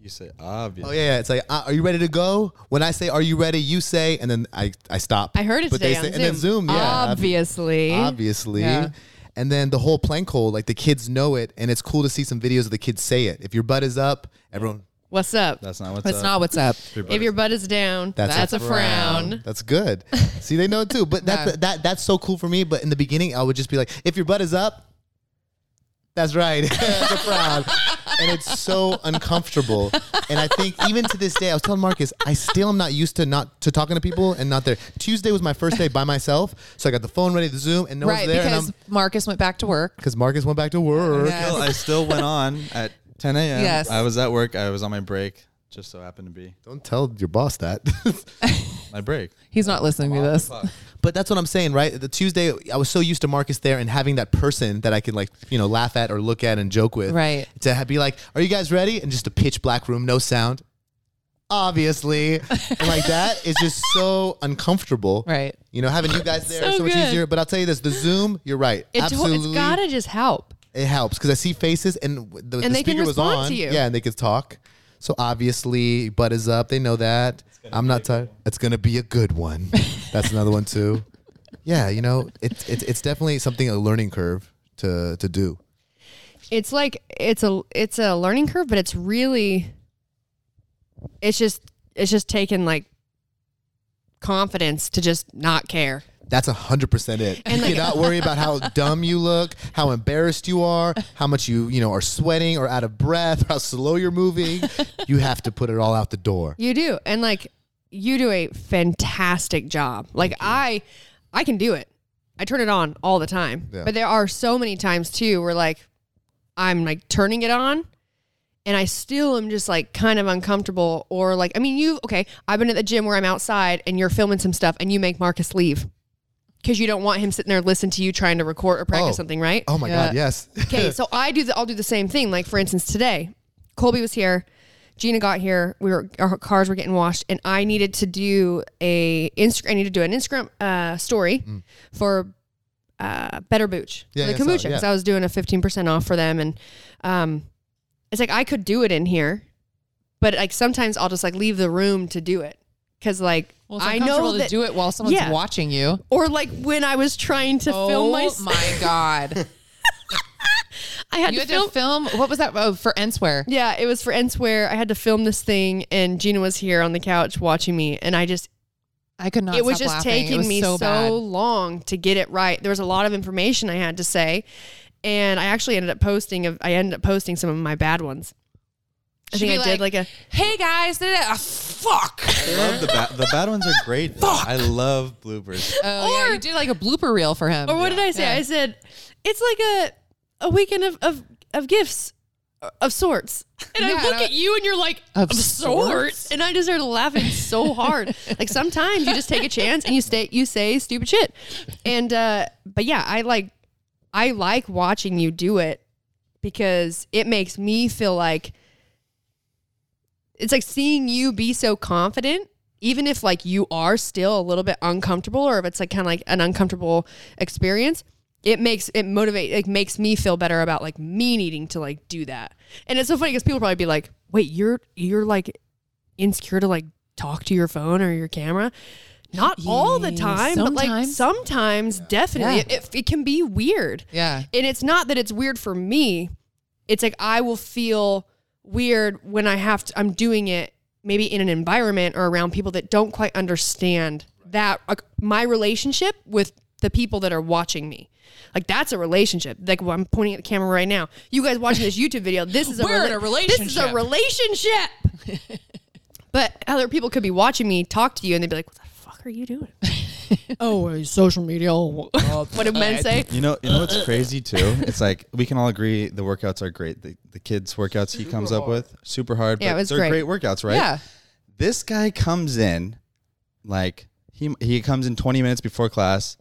Speaker 1: you say obvious.
Speaker 6: Oh yeah, yeah. It's like, uh, are you ready to go? When I say, are you ready? You say, and then I I stop.
Speaker 3: I heard it
Speaker 6: But
Speaker 3: today
Speaker 6: they
Speaker 3: on
Speaker 6: say,
Speaker 3: Zoom.
Speaker 6: and then Zoom. Yeah.
Speaker 3: obviously.
Speaker 6: Obviously.
Speaker 5: Yeah.
Speaker 6: And then the whole plank hole, like the kids know it, and it's cool to see some videos of the kids say it. If your butt is up, everyone.
Speaker 3: What's up?
Speaker 1: That's not what's
Speaker 5: That's
Speaker 1: up.
Speaker 5: not what's up.
Speaker 3: if your butt is down,
Speaker 6: That's
Speaker 3: that's,
Speaker 6: a
Speaker 3: a, frown.
Speaker 6: That's good. See, they know it too. But that's
Speaker 5: Yeah.
Speaker 6: that that's so cool for me. But in the beginning, I would just be like, if your butt is up, that's right. That's a frown. And it's so uncomfortable. And I think even to this day, I was telling Marcus, I still am not used to not to talking to people and not there. Tuesday was my first day by myself, so I got the phone ready, the Zoom, and no
Speaker 5: right,
Speaker 6: one's there.
Speaker 5: because
Speaker 6: and I'm
Speaker 5: Marcus went back to work.
Speaker 6: because Marcus went back to work.
Speaker 5: Yeah.
Speaker 1: Still, I still went on at 10 a.m.
Speaker 5: Yes.
Speaker 1: I was at work. I was on my break. Just so happened to be
Speaker 6: Don't tell your boss that.
Speaker 1: my break.
Speaker 5: He's not listening to this.
Speaker 6: but that's what I'm saying, right? The Tuesday, I was so used to Marcus there and having that person that I could like, you know, laugh at or look at and joke with.
Speaker 5: Right.
Speaker 6: To ha- be like, are you guys ready? And just a pitch black room, no sound. Obviously. and like that is just so uncomfortable.
Speaker 5: Right.
Speaker 6: You know, having you guys there is
Speaker 3: So
Speaker 6: so much
Speaker 3: good.
Speaker 6: easier. But I'll tell you this the Zoom, you're right.
Speaker 3: It to-
Speaker 6: Absolutely.
Speaker 3: it's gotta just help.
Speaker 6: It helps because I see faces and w- the, the
Speaker 3: And they can
Speaker 6: speaker was
Speaker 3: respond
Speaker 6: on.
Speaker 3: to you.
Speaker 6: Yeah, and they could talk. So obviously, butt is up. They know that. I'm not tired. It's gonna be a good one. That's another one too. Yeah, you know, it's it's it's definitely something a learning curve to to do.
Speaker 3: it's like it's a it's a learning curve, but it's really it's just it's just taking like confidence to just not care.
Speaker 6: That's a hundred percent it.
Speaker 3: And,
Speaker 6: you
Speaker 3: like-
Speaker 6: cannot worry about how dumb you look, how embarrassed you are, how much you you know are sweating or out of breath, or how slow you're moving. You have to put it all out the door.
Speaker 3: You do. And like you do a fantastic job. Like I I can do it. I turn it on all the time.
Speaker 6: Yeah.
Speaker 3: But there are so many times too where like I'm like turning it on and I still am just like kind of uncomfortable or like I mean you okay, I've been at the gym where I'm outside and you're filming some stuff and you make Marcus leave. Cause you don't want him sitting there listening to you trying to record or practice
Speaker 6: Oh.
Speaker 3: something, right?
Speaker 6: Oh my
Speaker 5: Yeah.
Speaker 6: god, yes.
Speaker 3: Okay, so I do the, I'll do the same thing. Like for instance, today, Colby was here, Gina got here. We were our cars were getting washed, and I needed to do a Insta- I needed to do an Instagram uh, story for uh, Better Booch
Speaker 6: Mm. Yeah,
Speaker 3: for
Speaker 6: yeah, I
Speaker 3: the
Speaker 6: saw
Speaker 3: kombucha
Speaker 6: it, yeah.
Speaker 3: because I was doing a fifteen percent off for them, and um, it's like I could do it in here, but like sometimes I'll just like leave the room to do it because like
Speaker 5: Well, it's
Speaker 3: I
Speaker 5: uncomfortable
Speaker 3: know
Speaker 5: to
Speaker 3: that
Speaker 5: do it while someone's
Speaker 3: Yeah.
Speaker 5: watching you.
Speaker 3: or like when I was trying to film my,
Speaker 5: oh my god!
Speaker 3: I had
Speaker 5: you
Speaker 3: to
Speaker 5: had
Speaker 3: film
Speaker 5: to film. What was that? Oh, for Enswear.
Speaker 3: Yeah, it was for Enswear. I had to film this thing, and Gina was here on the couch watching me, and I just
Speaker 5: I could not.
Speaker 3: it was
Speaker 5: Oh, stop
Speaker 3: just
Speaker 5: laughing. It
Speaker 3: taking
Speaker 5: was
Speaker 3: me so,
Speaker 5: bad.
Speaker 3: long to get it right. There was a lot of information I had to say, and I actually ended up posting. Of I ended up posting some of my bad ones. I
Speaker 5: She'd
Speaker 3: think I
Speaker 5: be
Speaker 3: did like a
Speaker 5: Hey guys, da, da, da. Ah, fuck.
Speaker 1: I love the bad. The bad ones are great. though. I love bloopers.
Speaker 5: Oh yeah, you did like a blooper reel for him.
Speaker 3: or what did I say?
Speaker 5: Yeah.
Speaker 3: I said it's like a a weekend of of, of gifts uh, of sorts. And
Speaker 5: Yeah,
Speaker 3: I look
Speaker 5: and I-
Speaker 3: at you and you're like
Speaker 5: Of
Speaker 3: of, sorts?
Speaker 5: sorts?
Speaker 3: and I just started laughing so hard. like sometimes you just take a chance and you stay you say stupid shit. And uh but yeah, I like I like watching you do it because it makes me feel like it's like seeing you be so confident even if like you are still a little bit uncomfortable or if it's like kind of like an uncomfortable experience it makes it motivate it makes me feel better about like me needing to like do that and it's so funny because people probably be like wait you're you're like insecure to like talk to your phone or your camera not all the
Speaker 5: Yeah,
Speaker 3: time but like
Speaker 5: sometimes.
Speaker 3: sometimes definitely
Speaker 5: Yeah.
Speaker 3: It, it can be weird
Speaker 5: Yeah.
Speaker 3: and it's not that it's weird for me. It's like I will feel weird when I have to, I'm doing it maybe in an environment or around people that don't quite understand that like, my relationship with the people that are watching me. Like that's a relationship. Like well, I'm pointing at the camera right now. You guys watching this YouTube video. This is a,
Speaker 5: We're in a
Speaker 3: This is a
Speaker 5: relationship.
Speaker 3: relationship. but other people could be watching me talk to you, and they'd be like, "What the fuck are you doing?" oh, uh, social media. what do men say?
Speaker 1: You know, you know what's crazy too? It's like we can all agree the workouts are great. The, the kids' workouts he comes up with super hard.
Speaker 3: Yeah,
Speaker 1: but
Speaker 3: it was
Speaker 1: they're
Speaker 3: great.
Speaker 1: great. workouts, right?
Speaker 5: Yeah.
Speaker 1: This guy comes in, like he he comes in twenty minutes before class,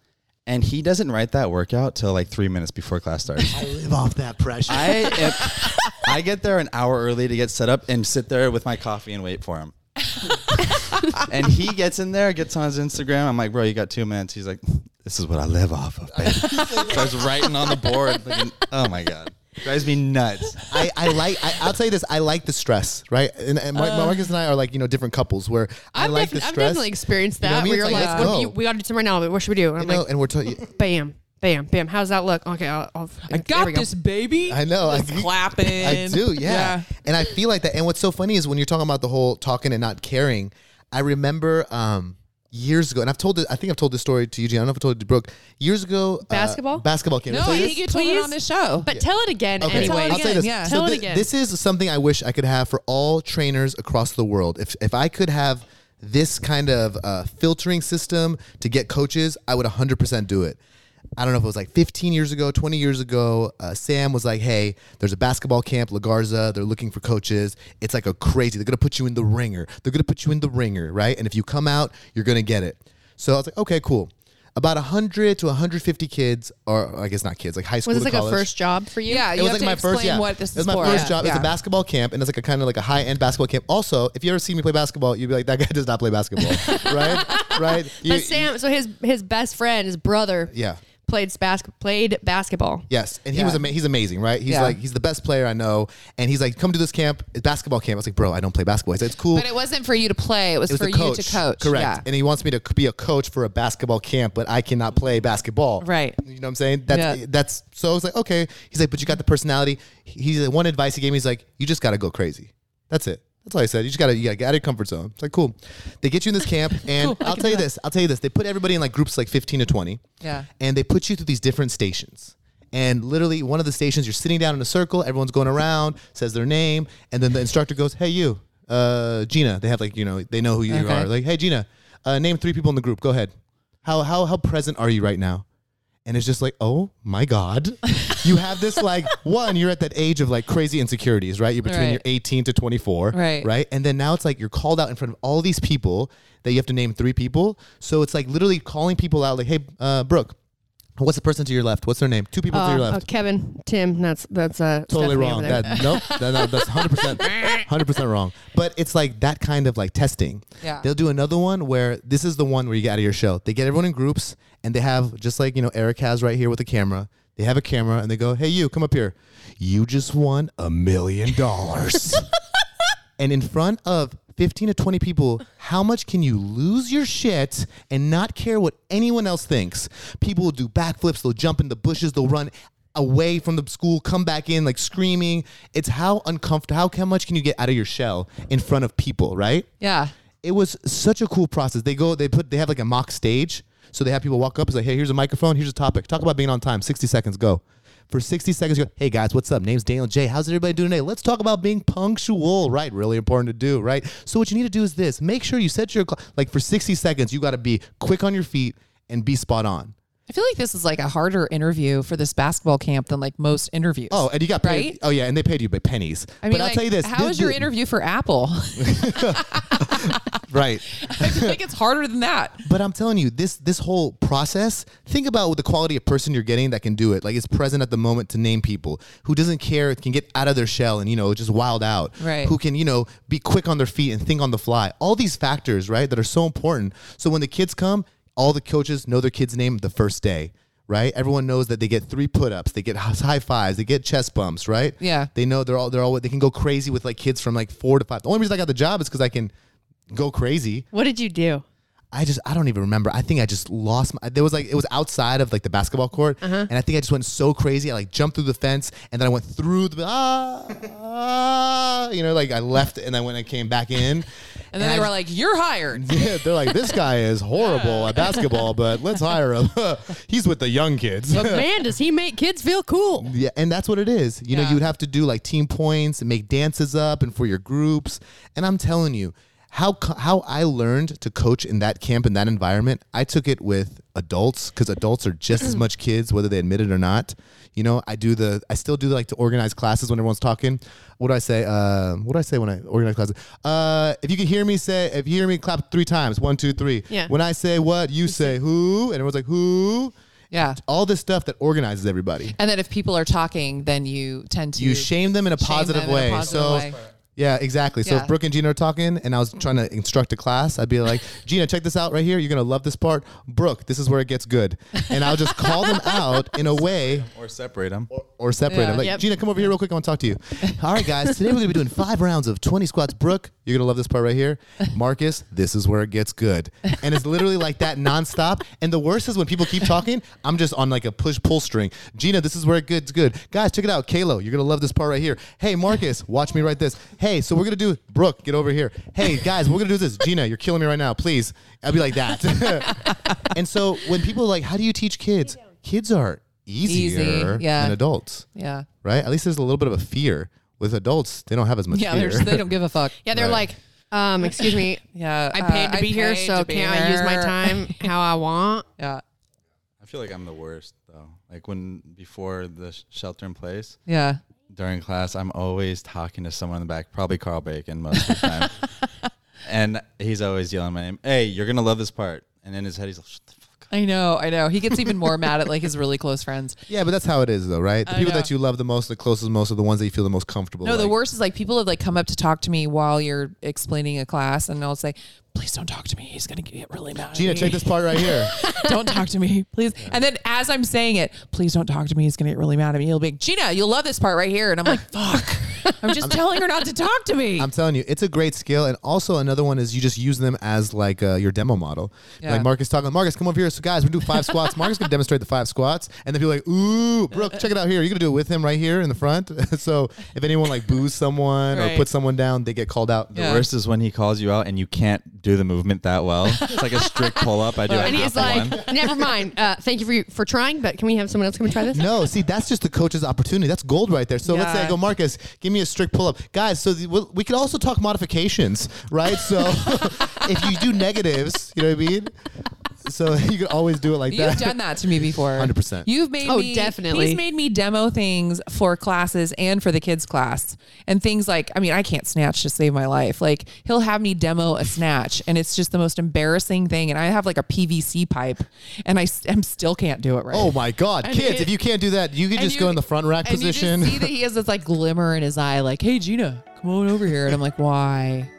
Speaker 1: and he doesn't write that workout till like three minutes before class starts.
Speaker 8: I live off that pressure.
Speaker 1: I am, I get there an hour early to get set up and sit there with my coffee and wait for him. and he gets in there, gets on his Instagram. I'm like, bro, you got two minutes. He's like, this is what I live off of, baby. Starts writing on the board. Thinking, oh my god, drives me nuts.
Speaker 6: I, I like I, I'll tell you this I like the stress right and, and Mar- Marcus and I are like you know different couples where i
Speaker 3: I've,
Speaker 6: like
Speaker 3: Uh. defi-
Speaker 6: the
Speaker 3: I've
Speaker 6: stress
Speaker 3: definitely experienced
Speaker 6: know what I
Speaker 3: that.
Speaker 6: mean?
Speaker 3: We
Speaker 6: It's
Speaker 3: were
Speaker 6: like,
Speaker 3: like,
Speaker 6: let's
Speaker 3: what
Speaker 6: go.
Speaker 3: do you, we got to do something right now, but what should we do? And I'm
Speaker 6: you know,
Speaker 3: like,
Speaker 6: and we're talking
Speaker 3: bam, bam, bam. How's that look? Okay, I'll, I'll I
Speaker 5: Got this baby.
Speaker 6: I know I,
Speaker 5: Just clapping.
Speaker 6: I do, yeah. And I feel like that. And what's so funny is when you're talking about the whole talking and not caring, I remember um, years ago, and I've told it, I think I've told this story to Eugene. I don't know if I told it to Brooke. Years ago, uh,
Speaker 3: Basketball?
Speaker 6: basketball came.
Speaker 5: No, I think you told it
Speaker 3: please.
Speaker 5: on the show.
Speaker 3: But tell it again
Speaker 6: Okay,
Speaker 3: anyway.
Speaker 6: I'll say this.
Speaker 5: yeah.
Speaker 6: So
Speaker 3: Tell it
Speaker 6: thi-
Speaker 3: again.
Speaker 6: This is something I wish I could have for all trainers across the world. If if I could have this kind of uh, filtering system to get coaches, I would 100% do it. I don't know if it was like 15 years ago, 20 years ago. Uh, Sam was like, "Hey, there's a basketball camp, La Garza. They're looking for coaches. It's like a crazy. They're gonna put you in the ringer. They're gonna put you in the ringer, right? And if you come out, you're gonna get it." So I was like, "Okay, cool." About 100 to 150 kids, or I guess not kids, like high school.
Speaker 3: was this
Speaker 6: to
Speaker 3: like
Speaker 6: college
Speaker 3: a first job for you?
Speaker 5: yeah, Uh,
Speaker 6: it
Speaker 5: you
Speaker 6: was
Speaker 5: have
Speaker 6: like
Speaker 5: to
Speaker 6: my first
Speaker 5: explain
Speaker 6: yeah.
Speaker 5: what this
Speaker 6: it was
Speaker 5: is
Speaker 6: my
Speaker 5: for.
Speaker 6: first
Speaker 5: Yeah.
Speaker 6: job. It's a
Speaker 5: Yeah.
Speaker 6: basketball camp, and it's like a kind of like a high end basketball camp. Also, if you ever see me play basketball, you'd be like, that guy does not play basketball, right? Right? You-
Speaker 3: But Sam, so his his best friend, his brother,
Speaker 6: Yeah.
Speaker 3: played bas- played basketball.
Speaker 6: Yes, and he was ama- he's amazing, right? He's
Speaker 5: Yeah.
Speaker 6: like he's the best player I know, and he's like, come to this camp, it's basketball camp. I was like, bro, I don't play basketball. He's like, it's cool.
Speaker 5: But it wasn't for you to play. It was,
Speaker 6: It was
Speaker 5: for
Speaker 6: the coach,
Speaker 5: you to coach.
Speaker 6: correct?
Speaker 5: Yeah.
Speaker 6: And he wants me to c- be a coach for a basketball camp, but I cannot play basketball,
Speaker 5: Right.
Speaker 6: You know what I'm saying? That's
Speaker 5: Yeah.
Speaker 6: that's. So I was like, okay. He's like, but you got the personality. He- He's like, one advice he gave me. He's like, you just got to go crazy. That's it. That's all I said. You just gotta you gotta get out of your comfort zone. It's like cool. They get you in this camp, and I'll tell you this. I'll tell you this. They put everybody in like groups like 15 to 20
Speaker 5: Yeah.
Speaker 6: and they put you through these different stations. And literally, one of the stations, you're sitting down in a circle, everyone's going around, says their name, and then the instructor goes, Hey, you, uh, Gina. They have like, you know, they know who you
Speaker 5: Okay.
Speaker 6: are. Like, Hey, Gina, uh, name three people in the group. Go ahead. How, how, how present are you right now? And it's just like, oh my God. You have this like, one, you're at that age of like crazy insecurities, right? You're between
Speaker 5: Right.
Speaker 6: your 18 to 24.
Speaker 5: Right.
Speaker 6: Right. And then now it's like you're called out in front of all these people that you have to name three people. So it's like literally calling people out like, hey, uh, Brooke, what's the person to your left? What's their name? Two people to your
Speaker 3: Uh,
Speaker 6: left.
Speaker 3: oh, Kevin, Tim, that's that's uh, Stephanie
Speaker 6: Totally wrong.
Speaker 3: over there.
Speaker 6: That, nope. That, no, that's 100%, 100% wrong. But it's like that kind of like testing.
Speaker 5: Yeah.
Speaker 6: They'll do another one where this is the one where you get out of your shell. They get everyone in groups and they have, just like, you know, Eric has right here with a camera. They have a camera and they go, hey, you, come up here. You just won a million dollars. and in front of 15 to 20 people, how much can you lose your shit and not care what anyone else thinks? People will do backflips, they'll jump in the bushes, they'll run away from the school, come back in like screaming. It's how uncomfortable, how, how much can you get out of your shell in front of people, right?
Speaker 5: Yeah.
Speaker 6: It was such a cool process. They go, they put, they have like a mock stage. So they have people walk up, it's like, hey, here's a microphone, here's a topic. Talk about being on time, 60 seconds, go. For 60 seconds, you go, hey guys, what's up? Name's Daniel J. How's everybody doing today? Let's talk about being punctual, right? Really important to do, right? So what you need to do is this make sure you set your, cl- like for 60 seconds, you got to be quick on your feet and be spot on.
Speaker 5: I feel like this is like a harder interview for this basketball camp than like most interviews.
Speaker 6: Oh, and you got paid.
Speaker 5: Right?
Speaker 6: Oh, yeah, and they paid you by pennies.
Speaker 5: I mean,
Speaker 6: but
Speaker 5: like,
Speaker 6: I'll tell you this.
Speaker 5: How
Speaker 6: this-
Speaker 5: was your
Speaker 6: this-
Speaker 5: interview for Apple?
Speaker 6: Right.
Speaker 5: I feel like it's harder than that.
Speaker 6: But I'm telling you, this this whole process, think about the quality of person you're getting that can do it. Like it's present at the moment to name people who doesn't care, can get out of their shell and you know just wild out.
Speaker 5: Right.
Speaker 6: Who can you know be quick on their feet and think on the fly. All these factors, right, that are so important. So when the kids come, all the coaches know their kid's name the first day. Right, everyone knows that they get three put-ups, they get high fives, they get chest bumps. Right?
Speaker 5: Yeah.
Speaker 6: they know they're all they're all they can go crazy with like kids from like four to five. The only reason I got the job is because I can go crazy.
Speaker 3: What did you do?
Speaker 6: I just I don't even remember. I think I just lost my there was like it was outside of like the basketball court
Speaker 5: Uh-huh.
Speaker 6: and I think I just went so crazy. I like jumped through the fence and then I went through the ah, ah, you know like I left and then when I came back in
Speaker 5: And then
Speaker 6: I
Speaker 5: they were
Speaker 6: just-
Speaker 5: like, "You're hired."
Speaker 6: Yeah, they're like, this guy is horrible at basketball, but let's hire him. He's with the young kids.
Speaker 3: But man, does he make kids feel cool.
Speaker 6: Yeah, and that's what it is. You know,
Speaker 5: Yeah.
Speaker 6: you would have to do like team points and make dances up and for your groups. And I'm telling you, how co- how I learned to coach in that camp in that environment, I took it with adults because adults are just as much kids whether they admit it or not. You know, I do the I still do like to organize classes when everyone's talking. What do I say? Uh, what do I say when I organize classes? Uh, if you can hear me say, if you hear me clap three times, one, two, three.
Speaker 3: Yeah.
Speaker 6: When I say what, you say who, and everyone's like who.
Speaker 5: Yeah.
Speaker 6: All this stuff that organizes everybody
Speaker 5: And then if people are talking, then you tend to
Speaker 6: you shame them in a
Speaker 5: shame
Speaker 6: positive
Speaker 5: them in a
Speaker 6: way.
Speaker 5: positive
Speaker 6: so.
Speaker 5: way.
Speaker 6: Yeah, exactly. So
Speaker 5: Yeah.
Speaker 6: if Brooke and Gina are talking and I was trying to instruct a class, I'd be like, Gina, check this out right here. You're going to love this part. Brooke, this is where it gets good. And I'll just call them out in a way
Speaker 1: or separate them.
Speaker 6: or separate them. Like,
Speaker 3: Yep.
Speaker 6: Gina, come over here real quick. I want to talk to you. All right, guys. Today we're going to be doing five rounds of 20 squats. Brooke, you're going to love this part right here. Marcus, this is where it gets good. And it's literally like that nonstop. And the worst is when people keep talking, I'm just on like a push pull string. Gina, this is where it gets good. Guys, check it out. Kalo, you're going to love this part right here. Hey, Marcus, watch me write this. Hey, so we're going to do, Brooke, get over here. Hey, guys, we're going to do this. Gina, you're killing me right now. Please. I'll be like that. and so when people are like, how do you teach kids? Kids are easier
Speaker 5: yeah.
Speaker 6: than adults
Speaker 5: Yeah.
Speaker 6: right? At least there's a little bit of a fear. With adults, they don't have as much
Speaker 5: Yeah,
Speaker 6: fear.
Speaker 5: they're- they don't give a fuck.
Speaker 3: Yeah, they're like, um, excuse me,
Speaker 5: Yeah,
Speaker 3: I
Speaker 5: uh,
Speaker 3: paid to be here,
Speaker 5: paid
Speaker 3: so
Speaker 5: to be
Speaker 3: can't I use my
Speaker 5: here.
Speaker 3: time how I want?
Speaker 5: Yeah,
Speaker 1: I feel like I'm the worst though. Like when before the sh- shelter in place
Speaker 5: yeah.
Speaker 1: during class, I'm always talking to someone in the back, probably Carl Bacon most of the time, and he's always yelling my name. Hey, you're gonna love this part. And in his head, he's like, Shut the fuck up.
Speaker 5: I know, I know. He gets even more mad at like his really close friends.
Speaker 6: yeah, but that's how it is, though, right? The
Speaker 5: I
Speaker 6: people
Speaker 5: know.
Speaker 6: that you love the most, the closest most, are the ones that you feel the most comfortable.
Speaker 5: No, the
Speaker 6: like-
Speaker 5: worst is like people have like come up to talk to me while you're explaining a class, and I'll say, "Please don't talk to me. He's gonna get really mad." at
Speaker 6: Gina,
Speaker 5: me.
Speaker 6: check this part right here.
Speaker 5: don't talk to me, please. And then as I'm saying it, please don't talk to me. He's gonna get really mad at me. He'll be like, Gina, you'll love this part right here. And I'm like, fuck. I'm just telling her not to talk to me.
Speaker 6: I'm telling you, it's a great skill. And also another one is you just use them as like uh, your demo model.
Speaker 5: Yeah.
Speaker 6: Like Marcus talking, Marcus, come over here. So guys, we're gonna do five squats. Marcus can demonstrate the five squats, and then people are like, ooh, Brooke, check it out here. You're gonna do it with him right here in the front. so if anyone like boos someone or
Speaker 5: Right.
Speaker 6: puts someone down, they get called out.
Speaker 1: The
Speaker 5: Yeah.
Speaker 1: worst is when he calls you out and you can't do the movement that well. It's like a strict pull up. I do.
Speaker 3: And
Speaker 1: like half
Speaker 3: he's
Speaker 1: the
Speaker 3: like,
Speaker 1: one.
Speaker 3: never mind. Uh, thank you for, you for trying, but can we have someone else come and try this?
Speaker 6: No, see, that's just the coach's opportunity. That's gold right there. So let's say I
Speaker 5: Yeah.
Speaker 6: go, Marcus, give me a strict pull up, guys. So the, we we could also talk modifications, right? So if you do negatives, you know what I mean. So you could always do it like
Speaker 5: You've
Speaker 6: that.
Speaker 5: done that to me before.
Speaker 6: 100%.
Speaker 5: You've made
Speaker 3: Oh,
Speaker 5: me
Speaker 3: definitely.
Speaker 5: He's made me demo things for classes and for the kids class. And things like, I mean, I can't snatch to save my life. Like he'll have me demo a snatch and it's just the most embarrassing thing and I have like a PVC pipe and I s- am still can't do it right.
Speaker 6: Oh my God,
Speaker 5: And
Speaker 6: kids!
Speaker 5: it-
Speaker 6: if you can't do that, you can
Speaker 5: And
Speaker 6: just
Speaker 5: you-
Speaker 6: go in the front rack
Speaker 5: and you just
Speaker 6: position.
Speaker 5: see that he has this like glimmer in his eye like, "Hey Gina, come on over here." And I'm like, "Why?"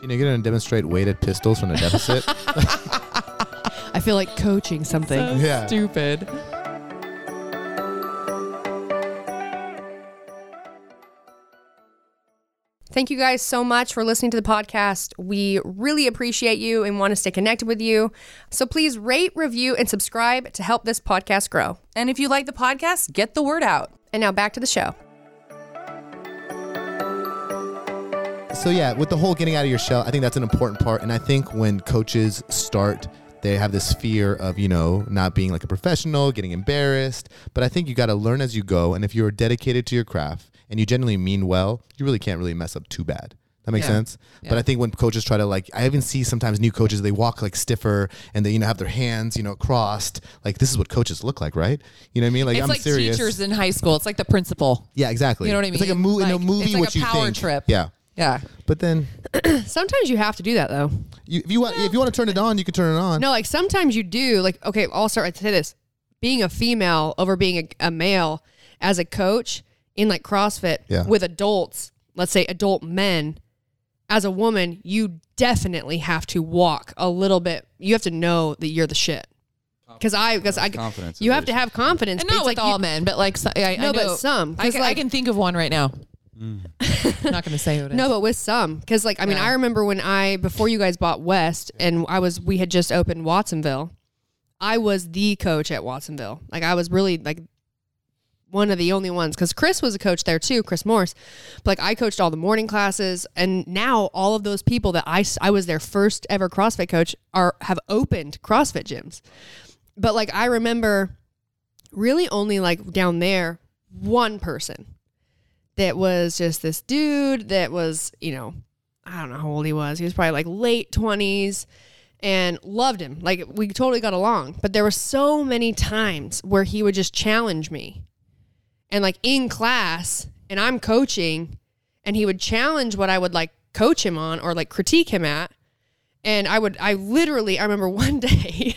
Speaker 6: Gina, you're gonna demonstrate weighted pistols from the deficit.
Speaker 3: I feel like coaching something.
Speaker 6: yeah.
Speaker 5: Stupid.
Speaker 3: Thank you guys so much for listening to the podcast. We really appreciate you and want to stay connected with you. So please rate, review, and subscribe to help this podcast grow.
Speaker 8: And if you like the podcast, get the word out.
Speaker 3: And now back to the show.
Speaker 6: So yeah, with the whole getting out of your shell, I think that's an important part. And I think when coaches start, they have this fear of you know not being like a professional, getting embarrassed. But I think you got to learn as you go. And if you're dedicated to your craft and you genuinely mean well, you really can't really mess up too bad. That makes
Speaker 5: Yeah.
Speaker 6: sense. But I think when coaches try to like, I even see sometimes new coaches they walk like stiffer and they you know have their hands you know crossed. Like this is what coaches look like, right? You know what I mean? Like
Speaker 5: it's
Speaker 6: I'm
Speaker 5: like
Speaker 6: serious.
Speaker 5: teachers in high school. It's like the principal.
Speaker 6: yeah, exactly.
Speaker 5: You know what I mean?
Speaker 6: It's like a movie. in a
Speaker 5: Like,
Speaker 6: movie,
Speaker 5: it's like
Speaker 6: what
Speaker 5: a
Speaker 6: you
Speaker 5: power
Speaker 6: think.
Speaker 5: trip.
Speaker 6: Yeah,
Speaker 5: Yeah.
Speaker 6: but then
Speaker 3: Sometimes you have to do that though.
Speaker 6: You, if you want, if you want to turn it on, you can turn it on.
Speaker 3: No, like sometimes you do. Like, okay, I'll start to say this being a female over being a, a male as a coach in like CrossFit
Speaker 6: Yeah.
Speaker 3: with adults, let's say adult men, as a woman, you definitely have to walk a little bit. You have to know that you're the shit. Because I, because I,
Speaker 1: Confidence
Speaker 3: you
Speaker 1: is
Speaker 3: have to have confidence.
Speaker 5: And not
Speaker 3: because,
Speaker 5: with
Speaker 3: like,
Speaker 5: all
Speaker 3: you-
Speaker 5: men, but like so, I,
Speaker 3: No,
Speaker 5: I
Speaker 3: but
Speaker 5: know-
Speaker 3: some,
Speaker 5: I
Speaker 3: 'cause,
Speaker 5: can, I
Speaker 3: like-
Speaker 5: can think of one right now.
Speaker 6: Mm.
Speaker 5: I'm not going to say who it is.
Speaker 3: No, but with some, because like I mean,
Speaker 5: Yeah.
Speaker 3: I remember when I before you guys bought West, and I was we had just opened Watsonville. I was the coach at Watsonville. Like I was really like one of the only ones because Chris was a coach there too, Chris Morse. But like I coached all the morning classes, and now all of those people that I s- I was their first ever CrossFit coach are have opened CrossFit gyms. But like I remember, really only like down there one person that was just this dude that was you know I don't know how old he was. He was probably like late twenties and loved him. Like we totally got along. But there were so many times where he would just challenge me. And like in class and I'm coaching and he would challenge what I would like coach him on or like critique him at. And I would I literally I remember one day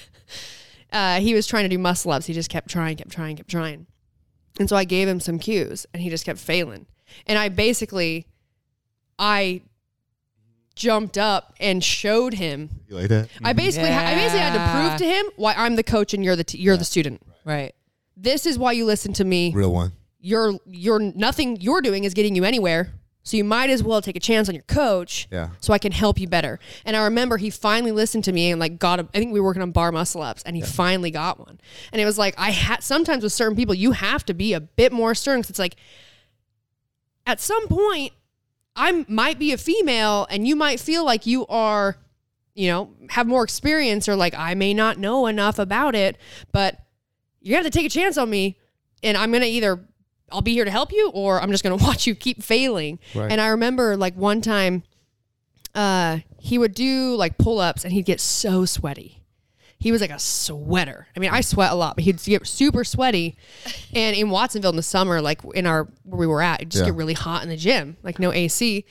Speaker 3: uh, he was trying to do muscle ups. He just kept trying, kept trying, kept trying. And so I gave him some cues and he just kept failing. And I basically I jumped up and showed him
Speaker 6: You like that?
Speaker 3: I basically, I basically had to
Speaker 5: Mm-hmm.
Speaker 3: prove
Speaker 5: Yeah.
Speaker 3: to him why I'm the coach and you're the t- you're the student.
Speaker 5: Right.
Speaker 3: This is why you listen to me.
Speaker 6: Real one.
Speaker 3: You're you're nothing you're doing is getting you anywhere. So you might as well take a chance on your coach.
Speaker 6: Yeah.
Speaker 3: So I can help you better. And I remember he finally listened to me and like got. A, I think we were working on bar muscle ups, and he finally got one. And it was like I had sometimes with certain people you have to be a bit more stern because it's like at some point I might be a female and you might feel like you are, you know, have more experience or like I may not know enough about it, but you got to take a chance on me and I'm going to either I'll be here to help you or I'm just going to watch you keep failing.
Speaker 6: Right.
Speaker 3: And I remember like one time uh he would do like pull-ups and he'd get so sweaty. He was like a sweater. I mean, I sweat a lot, but he'd get super sweaty. And in Watsonville in the summer, like in our where we were at, it'd just
Speaker 6: Yeah.
Speaker 3: get really hot in the gym, like no AC.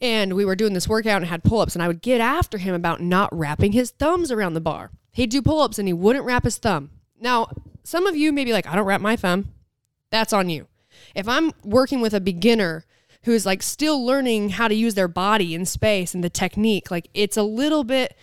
Speaker 3: And we were doing this workout and had pull ups, and I would get after him about not wrapping his thumbs around the bar. He'd do pull ups and he wouldn't wrap his thumb. Now, some of you may be like, I don't wrap my thumb. That's on you. If I'm working with a beginner who is like still learning how to use their body in space and the technique, like it's a little bit,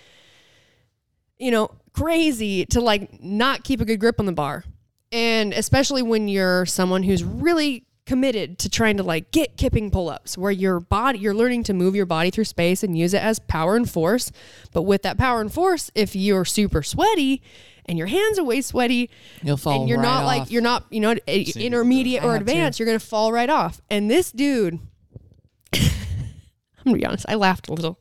Speaker 3: you know, crazy to like not keep a good grip on the bar. And especially when you're someone who's really committed to trying to like get kipping pull-ups where your body you're learning to move your body through space and use it as power and force. But with that power and force, if you're super sweaty and your hands are way sweaty,
Speaker 5: You'll fall.
Speaker 3: and you're
Speaker 5: right
Speaker 3: not
Speaker 5: off.
Speaker 3: like you're not you know a- intermediate
Speaker 5: I
Speaker 3: or
Speaker 5: have to.
Speaker 3: advanced. You're gonna fall right off. And this dude, I'm gonna be honest, I laughed a little.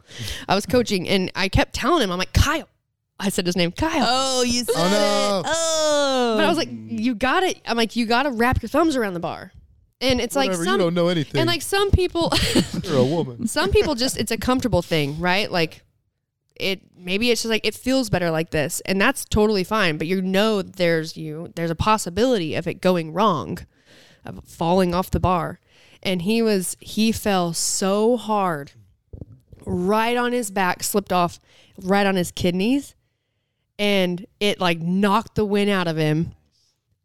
Speaker 3: I was coaching and I kept telling him, I'm like Kyle. I said his name, Kyle.
Speaker 5: Oh, you said
Speaker 6: Oh, no.
Speaker 5: it. Oh.
Speaker 3: But I was like, you got it. I'm like, you got to wrap your thumbs around the bar. And it's like
Speaker 6: Oh, Whatever,
Speaker 3: some
Speaker 6: you don't know anything.
Speaker 3: and like some people,
Speaker 6: you're a woman.
Speaker 3: some people just it's a comfortable thing, right? Like it maybe it's just like it feels better like this, and that's totally fine. But you know, there's you there's a possibility of it going wrong, of falling off the bar. And he was he fell so hard, right on his back, slipped off, right on his kidneys, and it like knocked the wind out of him.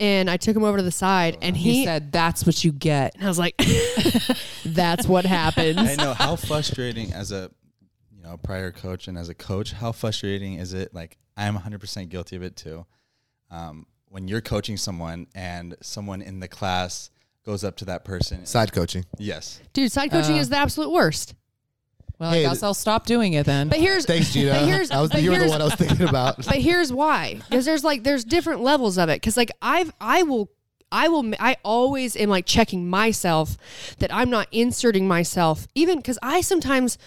Speaker 3: And I took him over to the side, and
Speaker 5: he,
Speaker 3: he.
Speaker 5: said that's what you get.
Speaker 3: and I was like, that's what happens.
Speaker 1: I know how frustrating as a you know prior coach and as a coach, how frustrating is it? Like I'm 100% guilty of it too. Um, when you're coaching someone and someone in the class goes up to that person,
Speaker 6: Side coaching.
Speaker 1: yes,
Speaker 3: Dude, side coaching
Speaker 5: Uh.
Speaker 3: is the absolute worst.
Speaker 5: Well,
Speaker 6: Hey,
Speaker 5: I guess
Speaker 6: th-
Speaker 5: I'll stop doing it then.
Speaker 3: But here's
Speaker 6: Thanks, Gina.
Speaker 3: But here's,
Speaker 6: I was,
Speaker 3: but
Speaker 6: you were the
Speaker 3: here's-
Speaker 6: one I was thinking about.
Speaker 3: But here's why, because there's like there's different levels of it. Because like I've I will I will I always am like checking myself that I'm not inserting myself even because I sometimes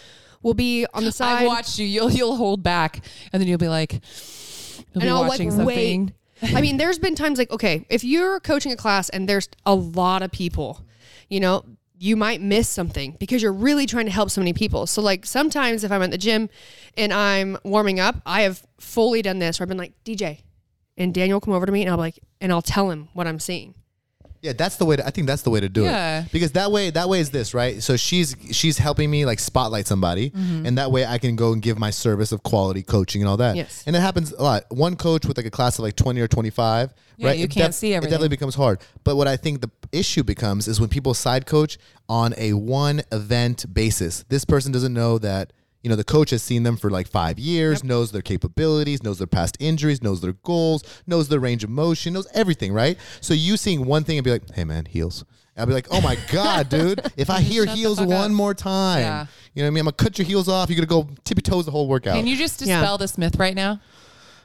Speaker 3: will be on the side.
Speaker 5: I've watched you. You'll you'll hold back, and then you'll be like, you'll be
Speaker 3: and I'll like
Speaker 5: watching something.
Speaker 3: wait. I mean, there's been times like, okay, if you're coaching a class and there's a lot of people, you know, you might miss something because you're really trying to help so many people. So like sometimes if I'm at the gym and I'm warming up, I have fully done this where I've been like, DJ, and Daniel will come over to me and I'll be like, and I'll tell him what I'm seeing.
Speaker 6: Yeah, that's the way. To, I think that's the way to do
Speaker 5: Yeah.
Speaker 6: it. Because that way, that way is this right. So she's she's helping me like spotlight somebody, and that way I can go and give my service of quality coaching and all that.
Speaker 3: Yes.
Speaker 6: and that happens a lot. One coach with like a class of like twenty or twenty five,
Speaker 5: Yeah,
Speaker 6: right?
Speaker 5: you
Speaker 6: it
Speaker 5: can't see
Speaker 6: It definitely
Speaker 5: everything.
Speaker 6: becomes hard. But what I think the issue becomes is when people side coach on a one event basis. This person doesn't know that. You know, the coach has seen them for like five years, knows their capabilities, knows their past injuries, knows their goals, knows their range of motion, knows everything, right? So you seeing one thing and be like, hey man, heels. And I'll be like, oh my God, dude, if I hear
Speaker 5: Shut the
Speaker 6: heels
Speaker 5: fuck up.
Speaker 6: one more time,
Speaker 5: Yeah.
Speaker 6: you know what I mean? I'm gonna cut your heels off. You're gonna go tippy toes the whole workout.
Speaker 5: Can you just dispel this myth right now?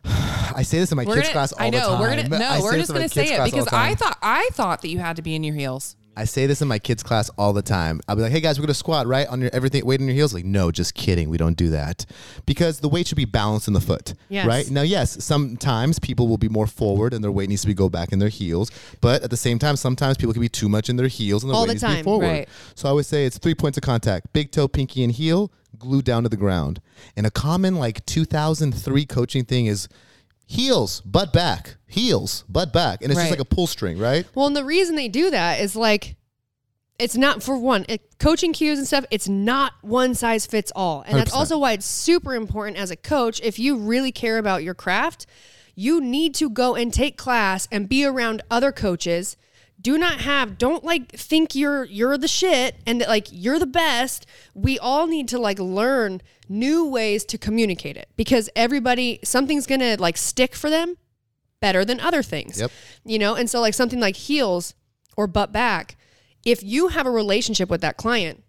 Speaker 6: I say this in my
Speaker 5: We're
Speaker 6: kids
Speaker 5: gonna,
Speaker 6: class all
Speaker 5: I know.
Speaker 6: the time.
Speaker 5: We're gonna
Speaker 6: I
Speaker 5: no.
Speaker 6: say
Speaker 5: We're
Speaker 6: this
Speaker 5: just
Speaker 6: in my
Speaker 5: gonna
Speaker 6: kids'
Speaker 5: say it
Speaker 6: class all
Speaker 5: because
Speaker 6: the
Speaker 5: I
Speaker 6: time.
Speaker 5: thought I thought that you had to be in your heels.
Speaker 6: I say this in my kids' class all the time. I'll be like, "Hey guys, we're gonna squat right on your everything, weight on your heels." Like, no, just kidding. We don't do that because the weight should be balanced in the foot.
Speaker 3: Yes.
Speaker 6: Right now, yes, sometimes people will be more forward and their weight needs to be go back in their heels. But at the same time, sometimes people can be too much in their heels and their
Speaker 3: All
Speaker 6: weight
Speaker 3: the
Speaker 6: needs to
Speaker 3: time,
Speaker 6: be forward.
Speaker 5: right.
Speaker 6: So I always say it's three points of contact: big toe, pinky, and heel, glued down to the ground. And a common like 2003 coaching thing is heels, butt back, heels, butt back, and it's just
Speaker 5: Right.
Speaker 6: like a pull string, right?
Speaker 3: Well, and the reason they do that is like, it's not for one it, coaching cues and stuff. It's not one size fits all, and that's
Speaker 6: 100%.
Speaker 3: also why it's super important as a coach. If you really care about your craft, you need to go and take class and be around other coaches. Do not have don't like think you're you're the shit and that like you're the best. We all need to like learn new ways to communicate it because everybody something's gonna like stick for them better than other things.
Speaker 6: Yep.
Speaker 3: You know, and so like something like heels or butt back, if you have a relationship with that client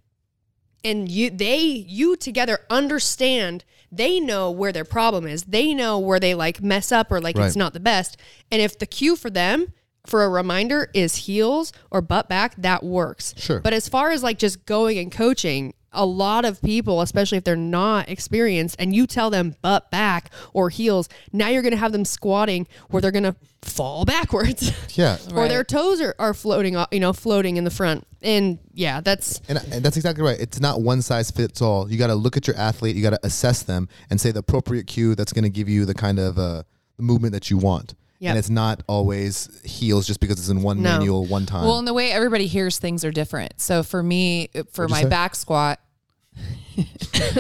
Speaker 3: and you they you together understand, they know where their problem is. They know where they like mess up or like
Speaker 6: Right.
Speaker 3: it's not the best. And if the cue for them for a reminder is heels or butt back, that works.
Speaker 6: Sure.
Speaker 3: But as far as like just going and coaching, a lot of people, especially if they're not experienced, and you tell them butt back or heels, now you're going to have them squatting where they're going to fall backwards,
Speaker 6: Yeah.
Speaker 3: or their toes are, are floating, o- you know, floating in the front. And yeah, that's
Speaker 6: And, and that's exactly right. It's not one size fits all. You got to look at your athlete. You got to assess them and say the appropriate cue that's going to give you the kind of uh, movement that you want.
Speaker 3: Yep.
Speaker 6: And it's not always heels just because it's in one
Speaker 3: No.
Speaker 6: manual one time.
Speaker 5: Well, and the way everybody hears things are different. So for me, for my back squat,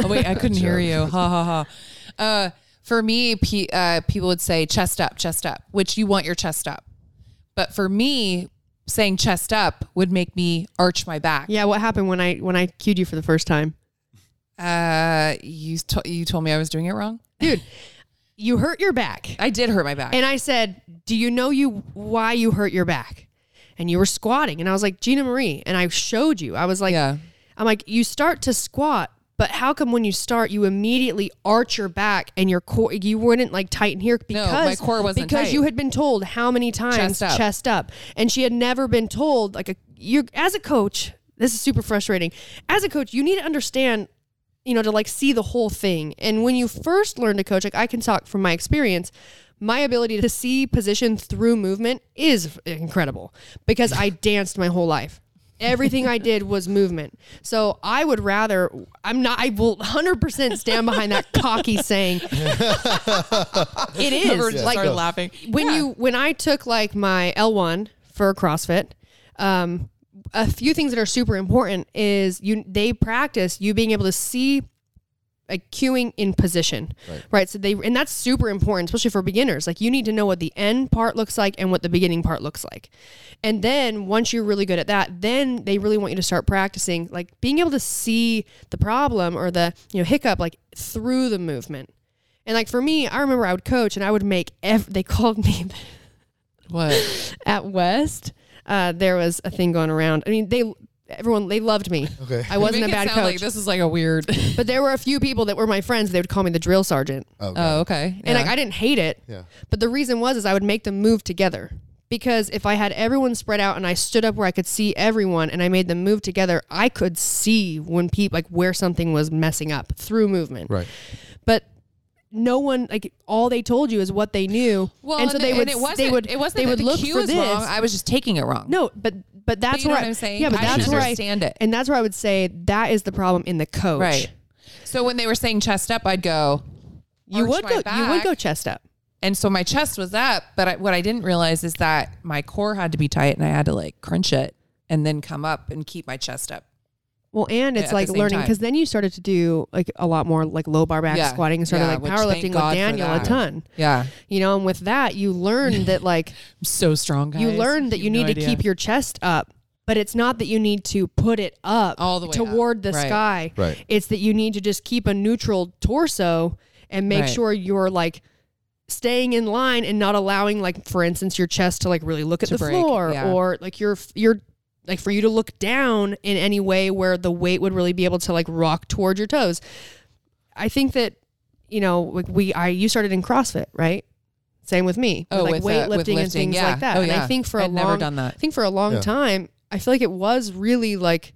Speaker 5: oh, wait, I couldn't hear you. Ha ha ha. Uh, for me, pe- uh, people would say chest up, chest up, which you want your chest up. But for me, saying chest up would make me arch my back.
Speaker 3: yeah. What happened when I when I cued you for the first time?
Speaker 5: Uh, you to- you told me I was doing it wrong.
Speaker 3: You hurt your back.
Speaker 5: I did hurt my back.
Speaker 3: And I said, "Do you know you why you hurt your back?" And you were squatting, and I was like, "Gina Marie," and I showed you. I was like,
Speaker 5: Yeah.
Speaker 3: "I'm like, you start to squat, but how come when you start, you immediately arch your back and your core? You wouldn't like tighten here
Speaker 5: No,
Speaker 3: because
Speaker 5: my core wasn't
Speaker 3: because
Speaker 5: tight.
Speaker 3: you had been told how many times
Speaker 5: Chest up.
Speaker 3: chest up, and she had never been told like a you as a coach. This is super frustrating. As a coach, you need to understand you know, to like see the whole thing. And when you first learn to coach, like I can talk from my experience, my ability to see position through movement is incredible because I danced my whole life. Everything I did was movement. So I would rather, I'm not, I will 100% stand behind that cocky saying. it is.
Speaker 5: Everyone just started laughing.
Speaker 3: When you, when I took like my L1 for CrossFit, um, a few things that are super important is you they practice you being able to see like queuing in position right. so they and that's super important especially for beginners like you need to know what the end part looks like and what the beginning part looks like and then once you're really good at that then they really want you to start practicing like being able to see the problem or the you know hiccup like through the movement and like for me i remember i would coach and i would make ev- they called me
Speaker 5: what?
Speaker 3: at West, uh, there was a thing going around. I mean, they everyone they loved me. Okay. I wasn't a
Speaker 5: Make it
Speaker 3: bad
Speaker 5: sound
Speaker 3: coach,
Speaker 5: Like this is like a weird.
Speaker 3: but there were a few people that were my friends. They would call me the drill sergeant,
Speaker 5: oh, okay.
Speaker 3: and
Speaker 5: Yeah.
Speaker 3: like I didn't hate it.
Speaker 6: Yeah.
Speaker 3: But the reason was is I would make them move together because if I had everyone spread out and I stood up where I could see everyone and I made them move together, I could see when people like where something was messing up through movement.
Speaker 6: Right.
Speaker 3: But no one like all they told you is what they knew. and so they would
Speaker 5: it
Speaker 3: s-
Speaker 5: wasn't,
Speaker 3: they would
Speaker 5: it wasn't
Speaker 3: they
Speaker 5: that
Speaker 3: would
Speaker 5: the
Speaker 3: look
Speaker 5: cue
Speaker 3: for
Speaker 5: is
Speaker 3: this.
Speaker 5: wrong. I was just taking it wrong.
Speaker 3: No, but but that's
Speaker 5: you know
Speaker 3: where
Speaker 5: what
Speaker 3: I,
Speaker 5: I'm saying?
Speaker 3: Yeah, but
Speaker 5: I
Speaker 3: that's
Speaker 5: didn't
Speaker 3: where
Speaker 5: understand
Speaker 3: I,
Speaker 5: it.
Speaker 3: and that's where I would say that is the problem in the coach.
Speaker 5: Right. So when they were saying chest up, I'd go,
Speaker 3: You
Speaker 5: Arch
Speaker 3: would
Speaker 5: my
Speaker 3: go. You would
Speaker 5: back.
Speaker 3: go chest up.
Speaker 5: and so my chest was up. But I, what I didn't realize is that my core had to be tight, and I had to like crunch it and then come up and keep my chest up.
Speaker 3: Well, and
Speaker 5: at
Speaker 3: it's
Speaker 5: the
Speaker 3: like
Speaker 5: same
Speaker 3: learning
Speaker 5: time.
Speaker 3: because then you started to do like a lot more like low bar back
Speaker 5: Yeah.
Speaker 3: squatting and started
Speaker 5: Yeah,
Speaker 3: like
Speaker 5: which thank
Speaker 3: powerlifting with
Speaker 5: God for
Speaker 3: Daniel a
Speaker 5: that.
Speaker 3: ton.
Speaker 5: Yeah,
Speaker 3: You know, and with that you learn that like
Speaker 5: I'm so strong. Guys.
Speaker 3: you learn that you, need to keep your chest up, but it's not that you need to put it up
Speaker 5: All the way up.
Speaker 3: toward the
Speaker 5: Right.
Speaker 3: sky.
Speaker 6: Right.
Speaker 3: It's that you need to just keep a neutral torso and make
Speaker 5: Right.
Speaker 3: sure you're like staying in line and not allowing like for instance your chest to like really look at
Speaker 5: To
Speaker 3: the
Speaker 5: break,
Speaker 3: floor
Speaker 5: yeah.
Speaker 3: or like your your like for you to look down in any way where the weight would really be able to like rock toward your toes. I think that you know, like we I you started in CrossFit, right? Same with me.
Speaker 5: Oh,
Speaker 3: like
Speaker 5: with, uh,
Speaker 3: weightlifting
Speaker 5: with
Speaker 3: and
Speaker 5: lifting,
Speaker 3: things
Speaker 5: yeah.
Speaker 3: like that.
Speaker 5: Oh,
Speaker 3: and
Speaker 5: yeah.
Speaker 3: I think for a
Speaker 5: I'd
Speaker 3: long
Speaker 5: never done that.
Speaker 3: I think for a long
Speaker 6: Yeah.
Speaker 3: time, I feel like it was really like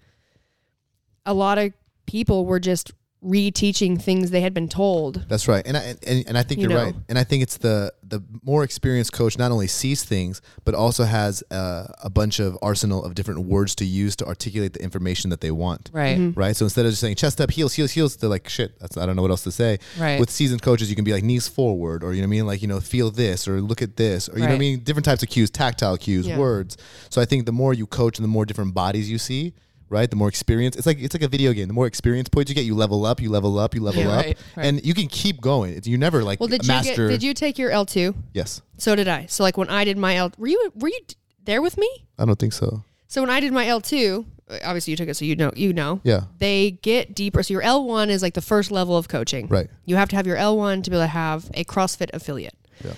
Speaker 3: a lot of people were just reteaching things they had been told.
Speaker 6: That's right, and I and, and I think
Speaker 3: You
Speaker 6: you are
Speaker 3: know.
Speaker 6: right, and I think it's the the more experienced coach not only sees things but also has uh, a bunch of arsenal of different words to use to articulate the information that they want.
Speaker 5: Right.
Speaker 3: Mm-hmm.
Speaker 6: Right. So instead of just saying chest up, heels, heels, heels, they're like shit. That's I don't know what else to say.
Speaker 5: Right.
Speaker 6: With seasoned coaches, you can be like knees forward, or you know what I mean, like you know feel this, or look at this, or you know what I
Speaker 5: Right.
Speaker 6: mean, different types of cues, tactile cues,
Speaker 3: Yeah.
Speaker 6: words. So I think the more you coach and the more different bodies you see. Right, the more experience, it's like it's like a video game. The more experience points you get, you level up, you level up, you level
Speaker 5: Yeah.
Speaker 6: up,
Speaker 5: Right, right.
Speaker 6: and you can keep going. It's- You never like
Speaker 3: Well, did
Speaker 6: master.
Speaker 3: you get, did you take your L two?
Speaker 6: Yes,
Speaker 3: So did I. So like when I did my L, were you were you d- there with me?
Speaker 6: I don't think so.
Speaker 3: So when I did my L two, obviously you took it, so you know you know.
Speaker 6: Yeah,
Speaker 3: They get deeper. So your L one is like the first level of coaching.
Speaker 6: right.
Speaker 3: You have to have your L one to be able to have a CrossFit affiliate.
Speaker 6: Yeah.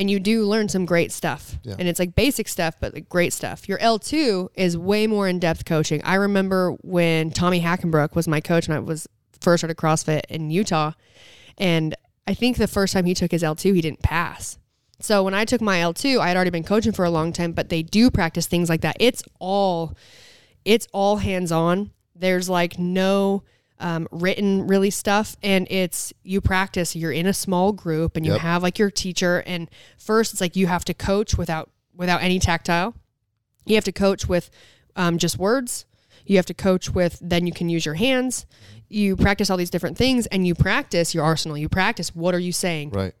Speaker 3: And you do learn some great stuff.
Speaker 6: Yeah.
Speaker 3: And it's like basic stuff, but like great stuff. Your L two is way more in depth coaching. I remember when Tommy Hackenbrook was my coach and I was first started CrossFit in Utah. And I think the first time he took his L two, he didn't pass. So when I took my L two, I had already been coaching for a long time, but they do practice things like that. It's all it's all hands on. There's like no um, written really stuff, and it's you practice. You're in a small group, and you
Speaker 6: Yep.
Speaker 3: have like your teacher. And first, it's like you have to coach without without any tactile. You have to coach with um, just words. You have to coach with. Then you can use your hands. You practice all these different things, and you practice your arsenal. You practice what are you saying.
Speaker 6: Right.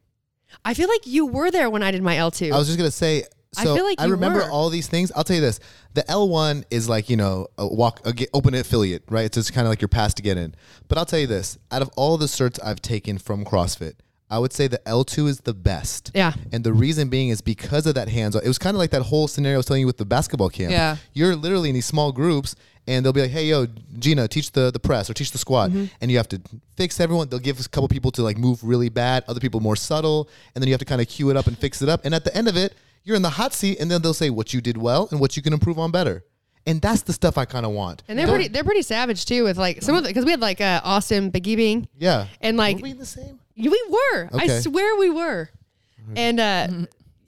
Speaker 3: I feel like you were there when I did my L two.
Speaker 6: I was just gonna say.
Speaker 3: I
Speaker 6: So I,
Speaker 3: feel like you
Speaker 6: remember
Speaker 3: were.
Speaker 6: all these things. I'll tell you this: the L one is like you know a walk a, get- open affiliate, right? It's just kind of like your pass to get in. But I'll tell you this: out of all the certs I've taken from CrossFit, I would say the L two is the best.
Speaker 3: Yeah.
Speaker 6: And the reason being is because of that hands on. It was kind of like that whole scenario I was telling you with the basketball camp.
Speaker 5: Yeah.
Speaker 6: You're literally in these small groups and they'll be like, hey, yo, Gina, teach the, the press or teach the squat.
Speaker 3: Mm-hmm.
Speaker 6: And you have to fix everyone. They'll give a couple people to like move really bad, other people more subtle. And then you have to kind of cue it up and fix it up. And at the end of it, you're in the hot seat and then they'll say what you did well and what you can improve on better. And that's the stuff I kind of want.
Speaker 3: and they're pretty they're pretty savage too with like some of the because we had like uh, Austin Begibing.
Speaker 6: Yeah.
Speaker 3: And like
Speaker 6: Were we in the same?
Speaker 3: Yeah, We were. I
Speaker 6: Okay.
Speaker 3: swear we were. And uh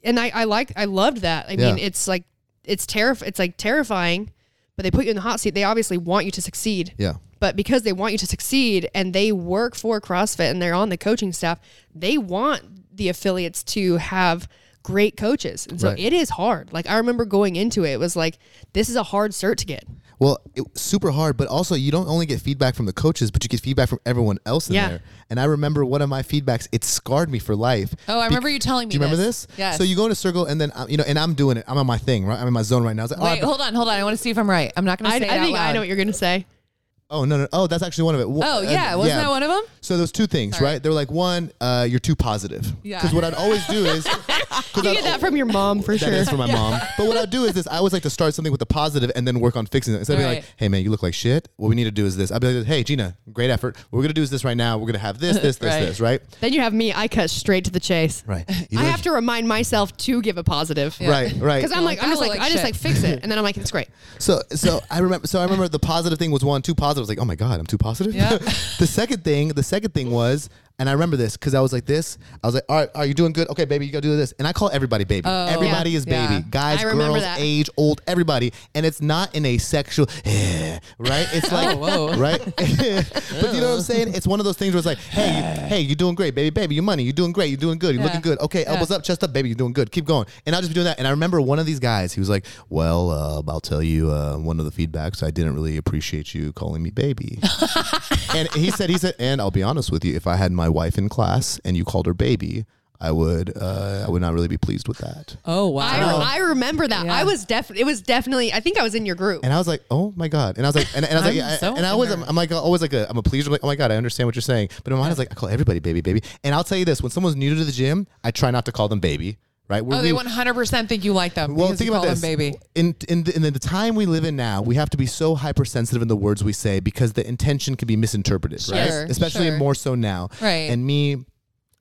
Speaker 3: and I I like I loved that. I mean,
Speaker 6: Yeah.
Speaker 3: it's like it's terrif it's like terrifying, but they put you in the hot seat. They obviously want you to succeed.
Speaker 6: Yeah.
Speaker 3: But because they want you to succeed and they work for CrossFit and they're on the coaching staff, they want the affiliates to have great coaches. And so
Speaker 6: Right.
Speaker 3: it is hard. Like I remember going into it, it was like this is a hard cert to get.
Speaker 6: Well, it, super hard, but also you don't only get feedback from the coaches, but you get feedback from everyone else in
Speaker 3: Yeah.
Speaker 6: there. And I remember one of my feedbacks; it scarred me for life.
Speaker 5: Oh, I
Speaker 6: Bec-
Speaker 5: remember you telling me
Speaker 6: Do you remember
Speaker 5: this.
Speaker 6: this?
Speaker 5: Yes.
Speaker 6: So you go in a circle, and then uh, you know, and I'm doing it. I'm on my thing, right? I'm in my zone right now. I was like,
Speaker 5: Wait,
Speaker 6: oh, I-
Speaker 5: hold on, hold on. I want to see if I'm right. I'm not going to
Speaker 3: I,
Speaker 5: say it
Speaker 3: I
Speaker 5: out
Speaker 3: think I
Speaker 5: loud.
Speaker 3: know what you're gonna say.
Speaker 6: oh no, no, oh, that's actually one of it. Wha-
Speaker 5: Oh
Speaker 6: uh,
Speaker 5: yeah, wasn't that one of them?
Speaker 6: So there's two things, right? They're like one, uh, you're too positive.
Speaker 5: Yeah.
Speaker 6: Because what I'd always do is,
Speaker 3: You get that from your mom for
Speaker 6: That
Speaker 3: sure.
Speaker 6: is for my mom. But what I do is this: I always like to start something with a positive and then work on fixing it. Instead of being
Speaker 5: Right.
Speaker 6: like, "Hey man, you look like shit." What we need to do is this. I'll be like, "Hey Gina, great effort. What we're gonna do is this right now. We're gonna have this, this, this,
Speaker 5: Right.
Speaker 6: this, right?"
Speaker 3: Then you have me, I cut straight to the chase.
Speaker 6: Right.
Speaker 3: I have to remind myf to give a positive.
Speaker 6: Right, right.
Speaker 3: Because I'm like, I'm
Speaker 5: I
Speaker 3: just
Speaker 5: look
Speaker 3: like,
Speaker 5: like
Speaker 3: I
Speaker 5: shit.
Speaker 3: just like fix it, and then I'm like, it's great.
Speaker 6: So so I remember so I remember the positive thing was one, too positive. I was like, oh my God, I'm too positive.
Speaker 5: Yeah.
Speaker 6: the second thing, the second thing was, and I remember this because I was like this. I was like, all right, are you doing good? Okay, baby, you gotta do this. And I call everybody baby. everybody
Speaker 3: Oh. Yeah.
Speaker 6: is baby.
Speaker 5: Yeah.
Speaker 6: Guys,
Speaker 3: I remember
Speaker 6: girls,
Speaker 3: that.
Speaker 6: age, old, everybody. And it's not in a sexual eh, right?
Speaker 3: Oh,
Speaker 6: It's like
Speaker 5: whoa.
Speaker 6: right? but you know what I'm saying? It's one of those things where it's like, hey, you, hey, you're doing great, baby, baby, your money, you're doing great, you're doing good, you're
Speaker 5: Yeah.
Speaker 6: looking good. Okay, elbows up, chest up, baby, you're doing good. Keep going. And I'll just be doing that. And I remember one of these guys, he was like, well, uh, I'll tell you uh, one of the feedbacks. I didn't really appreciate you calling me baby. and he said, he said, and I'll be honest with you, if I had my wife in class and you called her baby, I would, uh, I would not really be pleased with that.
Speaker 5: Oh wow.
Speaker 3: I, I remember that.
Speaker 5: Yeah.
Speaker 3: I was def. It was definitely. I think I was in your group.
Speaker 6: And I was like, oh my god. And I was like, and, and I was like,
Speaker 5: I'm
Speaker 6: I-
Speaker 5: so
Speaker 6: and I always, I'm,
Speaker 5: ignorant.
Speaker 6: like, always like, a, I'm a pleaser. I'm like, oh my god, I understand what you're saying. But in my mind, I was like, I call everybody baby, baby. And I'll tell you this: when someone's new to the gym, I try not to call them baby. Right? We're,
Speaker 5: oh, they 100 percent think you like them.
Speaker 6: well,
Speaker 5: because
Speaker 6: think
Speaker 5: you
Speaker 6: about
Speaker 5: call
Speaker 6: this,
Speaker 5: them baby.
Speaker 6: In in the, in the time we live in now, we have to be so hypersensitive in the words we say because the intention can be misinterpreted,
Speaker 5: Sure,
Speaker 6: right? Especially
Speaker 5: sure.
Speaker 6: more so now.
Speaker 5: Right.
Speaker 6: And me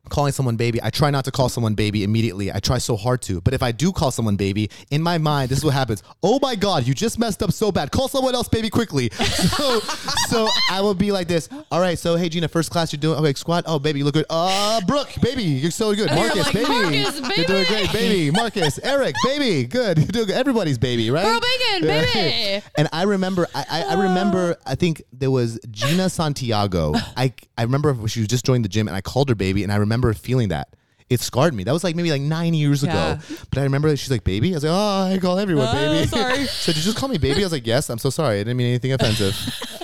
Speaker 6: calling someone baby, I try not to call someone baby immediately. I try so hard to, but if I do call someone baby, in my mind, this is what happens. Oh my god, you just messed up so bad. Call someone else baby quickly. So so I will be like this. All right, so hey Gina, first class, you're doing okay. Squat. Oh baby, you look good. Uh, Brooke, baby, you're so good.
Speaker 9: you're
Speaker 6: Marcus,
Speaker 9: like,
Speaker 6: baby,
Speaker 9: "Marcus,
Speaker 6: you're doing
Speaker 9: baby."
Speaker 6: great, baby. Marcus, Eric, baby, good. You're doing good. Everybody's baby, right?
Speaker 9: Girl bacon, baby.
Speaker 6: And I remember, I, I, I remember, I think there was Gina Santiago. I I remember she was just joined the gym, and I called her baby, and I remember feeling that. It scarred me. That was like maybe like nine years
Speaker 5: Yeah.
Speaker 6: ago. But I remember that she's like, baby. I was like, oh, I call everyone baby.
Speaker 5: sorry.
Speaker 6: So did you just call me baby? I was like, yes. I'm so sorry. I didn't mean anything offensive.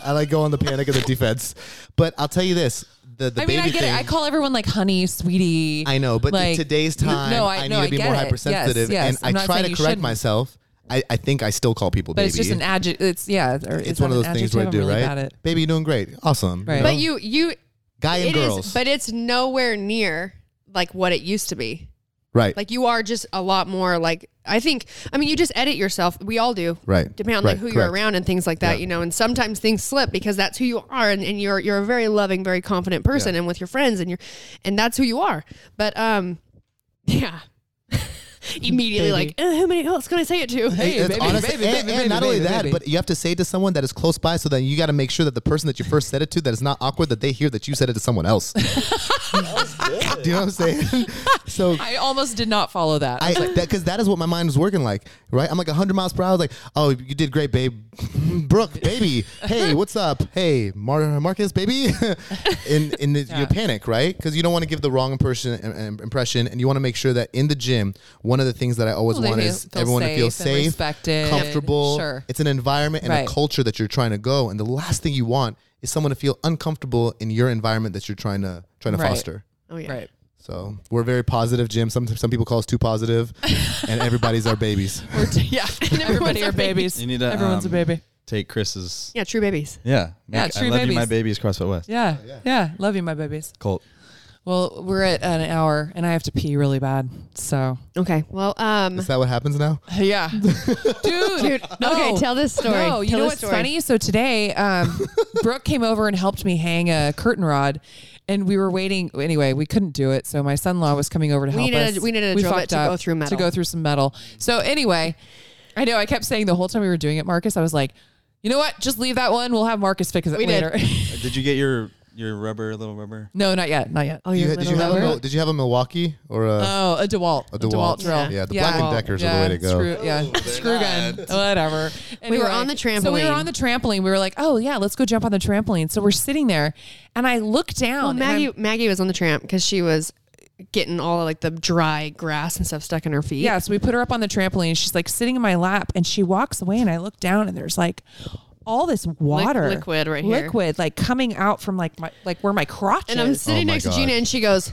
Speaker 6: I like go on the panic of the defense. But I'll tell you this: the the
Speaker 5: I mean,
Speaker 6: baby
Speaker 5: I get
Speaker 6: thing.
Speaker 5: it. I call everyone like honey, sweetie.
Speaker 6: I know, but in
Speaker 5: like-
Speaker 6: today's time,
Speaker 5: No,
Speaker 6: I,
Speaker 5: I,
Speaker 6: need
Speaker 5: no,
Speaker 6: to be
Speaker 5: I get
Speaker 6: more
Speaker 5: it.
Speaker 6: hypersensitive,
Speaker 5: Yes, yes. I'm
Speaker 6: and I
Speaker 5: not
Speaker 6: try to
Speaker 5: saying you
Speaker 6: correct
Speaker 5: shouldn't,
Speaker 6: myself. I, I think I still call people
Speaker 5: but
Speaker 6: baby.
Speaker 5: it's just an adjective. It's yeah, or
Speaker 6: It's one of
Speaker 5: an
Speaker 6: those things where I
Speaker 5: adjective.
Speaker 6: do
Speaker 5: I'm really bad
Speaker 6: right.
Speaker 5: at-
Speaker 6: Baby, you're doing great, awesome.
Speaker 5: Right.
Speaker 3: But you, you,
Speaker 6: guy and
Speaker 3: it is,
Speaker 6: girls,
Speaker 3: but it's nowhere near like what it used to be.
Speaker 6: right,
Speaker 3: Like you are just a lot more like I think. I mean, you just edit yourself. We all do,
Speaker 6: right,
Speaker 3: Depending on
Speaker 6: right,
Speaker 3: like who
Speaker 6: correct.
Speaker 3: you're around and things like that, you know. And sometimes things slip because that's who you are, and, and you're you're a very loving, very confident person, and with your friends, and you're, and that's who you are. But um, yeah. Immediately, like, "Uh, who many who else can I say it to?
Speaker 6: Hey, that's
Speaker 5: baby,
Speaker 6: honestly-
Speaker 5: baby,
Speaker 6: and,
Speaker 5: baby,
Speaker 6: and
Speaker 5: baby,
Speaker 6: not only
Speaker 5: baby,
Speaker 6: that,
Speaker 5: baby.
Speaker 6: but you have to say it to someone that is close by, so that you got to make sure that the person that you first said it to, that is not awkward, that they hear that you said it to someone else. Do you know what I'm saying? So
Speaker 5: I almost did not follow that.
Speaker 6: I that because that is what my mind was working like, right? I'm like 100 miles per hour. Like, oh, you did great, babe. Brooke, baby. Hey, what's up? Hey, Mar- Marcus, baby. in in the, you panic, right? Because you don't want to give the wrong impression, im- im- impression, and you want to make sure that in the gym, one of the things that I always
Speaker 5: Well, they
Speaker 6: want
Speaker 5: feel-
Speaker 6: is
Speaker 5: feel
Speaker 6: everyone to feel
Speaker 5: safe and
Speaker 6: safe,
Speaker 5: respected.
Speaker 6: comfortable.
Speaker 5: Sure.
Speaker 6: It's an environment and
Speaker 5: Right.
Speaker 6: a culture that you're trying to go, and the last thing you want is someone to feel uncomfortable in your environment that you're trying to trying to
Speaker 5: Right.
Speaker 6: foster.
Speaker 3: Oh yeah,
Speaker 5: right.
Speaker 6: So we're very positive, Jim. Some some people call us too positive, and everybody's our babies.
Speaker 5: We're t- yeah, everybody are babies.
Speaker 1: You need to,
Speaker 5: Everyone's a
Speaker 1: um,
Speaker 5: baby.
Speaker 1: Take Chris's.
Speaker 3: yeah, true babies.
Speaker 1: Yeah.
Speaker 5: Yeah,
Speaker 1: Make-
Speaker 5: true
Speaker 1: I love
Speaker 5: babies.
Speaker 1: you, my babies, CrossFit West.
Speaker 6: Oh,
Speaker 5: Yeah, yeah, Love you, my babies.
Speaker 1: Colt.
Speaker 5: Well, we're at an hour, and I have to pee really bad. So
Speaker 3: Okay, well, um,
Speaker 6: Is that what happens now?
Speaker 5: yeah, dude.
Speaker 3: Dude, okay, tell this story.
Speaker 5: No, you
Speaker 3: Tell
Speaker 5: know
Speaker 3: this
Speaker 5: what's
Speaker 3: story.
Speaker 5: funny? So today, um, Brooke came over and helped me hang a curtain rod, and we were waiting. Anyway, we couldn't do it, so my son-in-law was coming over to
Speaker 3: We
Speaker 5: help
Speaker 3: needed-
Speaker 5: us.
Speaker 3: we needed a drill bit
Speaker 5: fucked
Speaker 3: to
Speaker 5: up
Speaker 3: go through metal.
Speaker 5: to go through some metal. So anyway, I know I kept saying the whole time we were doing it, Marcus. I was like, you know what? Just leave that one. We'll have Marcus fix it
Speaker 3: We did.
Speaker 5: later.
Speaker 1: Did you get your your rubber, little rubber?
Speaker 5: no, not yet. Not yet.
Speaker 3: Oh,
Speaker 6: You
Speaker 3: you're
Speaker 6: had- did you have a Mil- did you have a Milwaukee or a?
Speaker 5: Oh, a DeWalt.
Speaker 6: A
Speaker 5: A
Speaker 6: DeWalt.
Speaker 5: DeWalt, drill.
Speaker 6: Yeah, the Black and Deckers are the way to go.
Speaker 5: Screw, yeah, screw gun, whatever.
Speaker 3: We were on the
Speaker 5: So we were
Speaker 3: trampoline.
Speaker 5: on the trampoline. We were like, oh, yeah, let's go jump on the trampoline. So we're sitting there, and I look down.
Speaker 3: Well,
Speaker 5: and I'm-
Speaker 3: Maggie Maggie was on the tramp because she was getting all like the dry grass and stuff stuck in her feet.
Speaker 5: yeah, so we put her up on the trampoline. and She's like sitting in my lap, and she walks away, and I look down, and there's like all this water,
Speaker 3: liquid right here.
Speaker 5: liquid, like coming out from like my like where my crotch
Speaker 3: And I'm
Speaker 5: is.
Speaker 3: sitting
Speaker 6: my
Speaker 3: next
Speaker 6: God.
Speaker 3: to Gina, and she goes,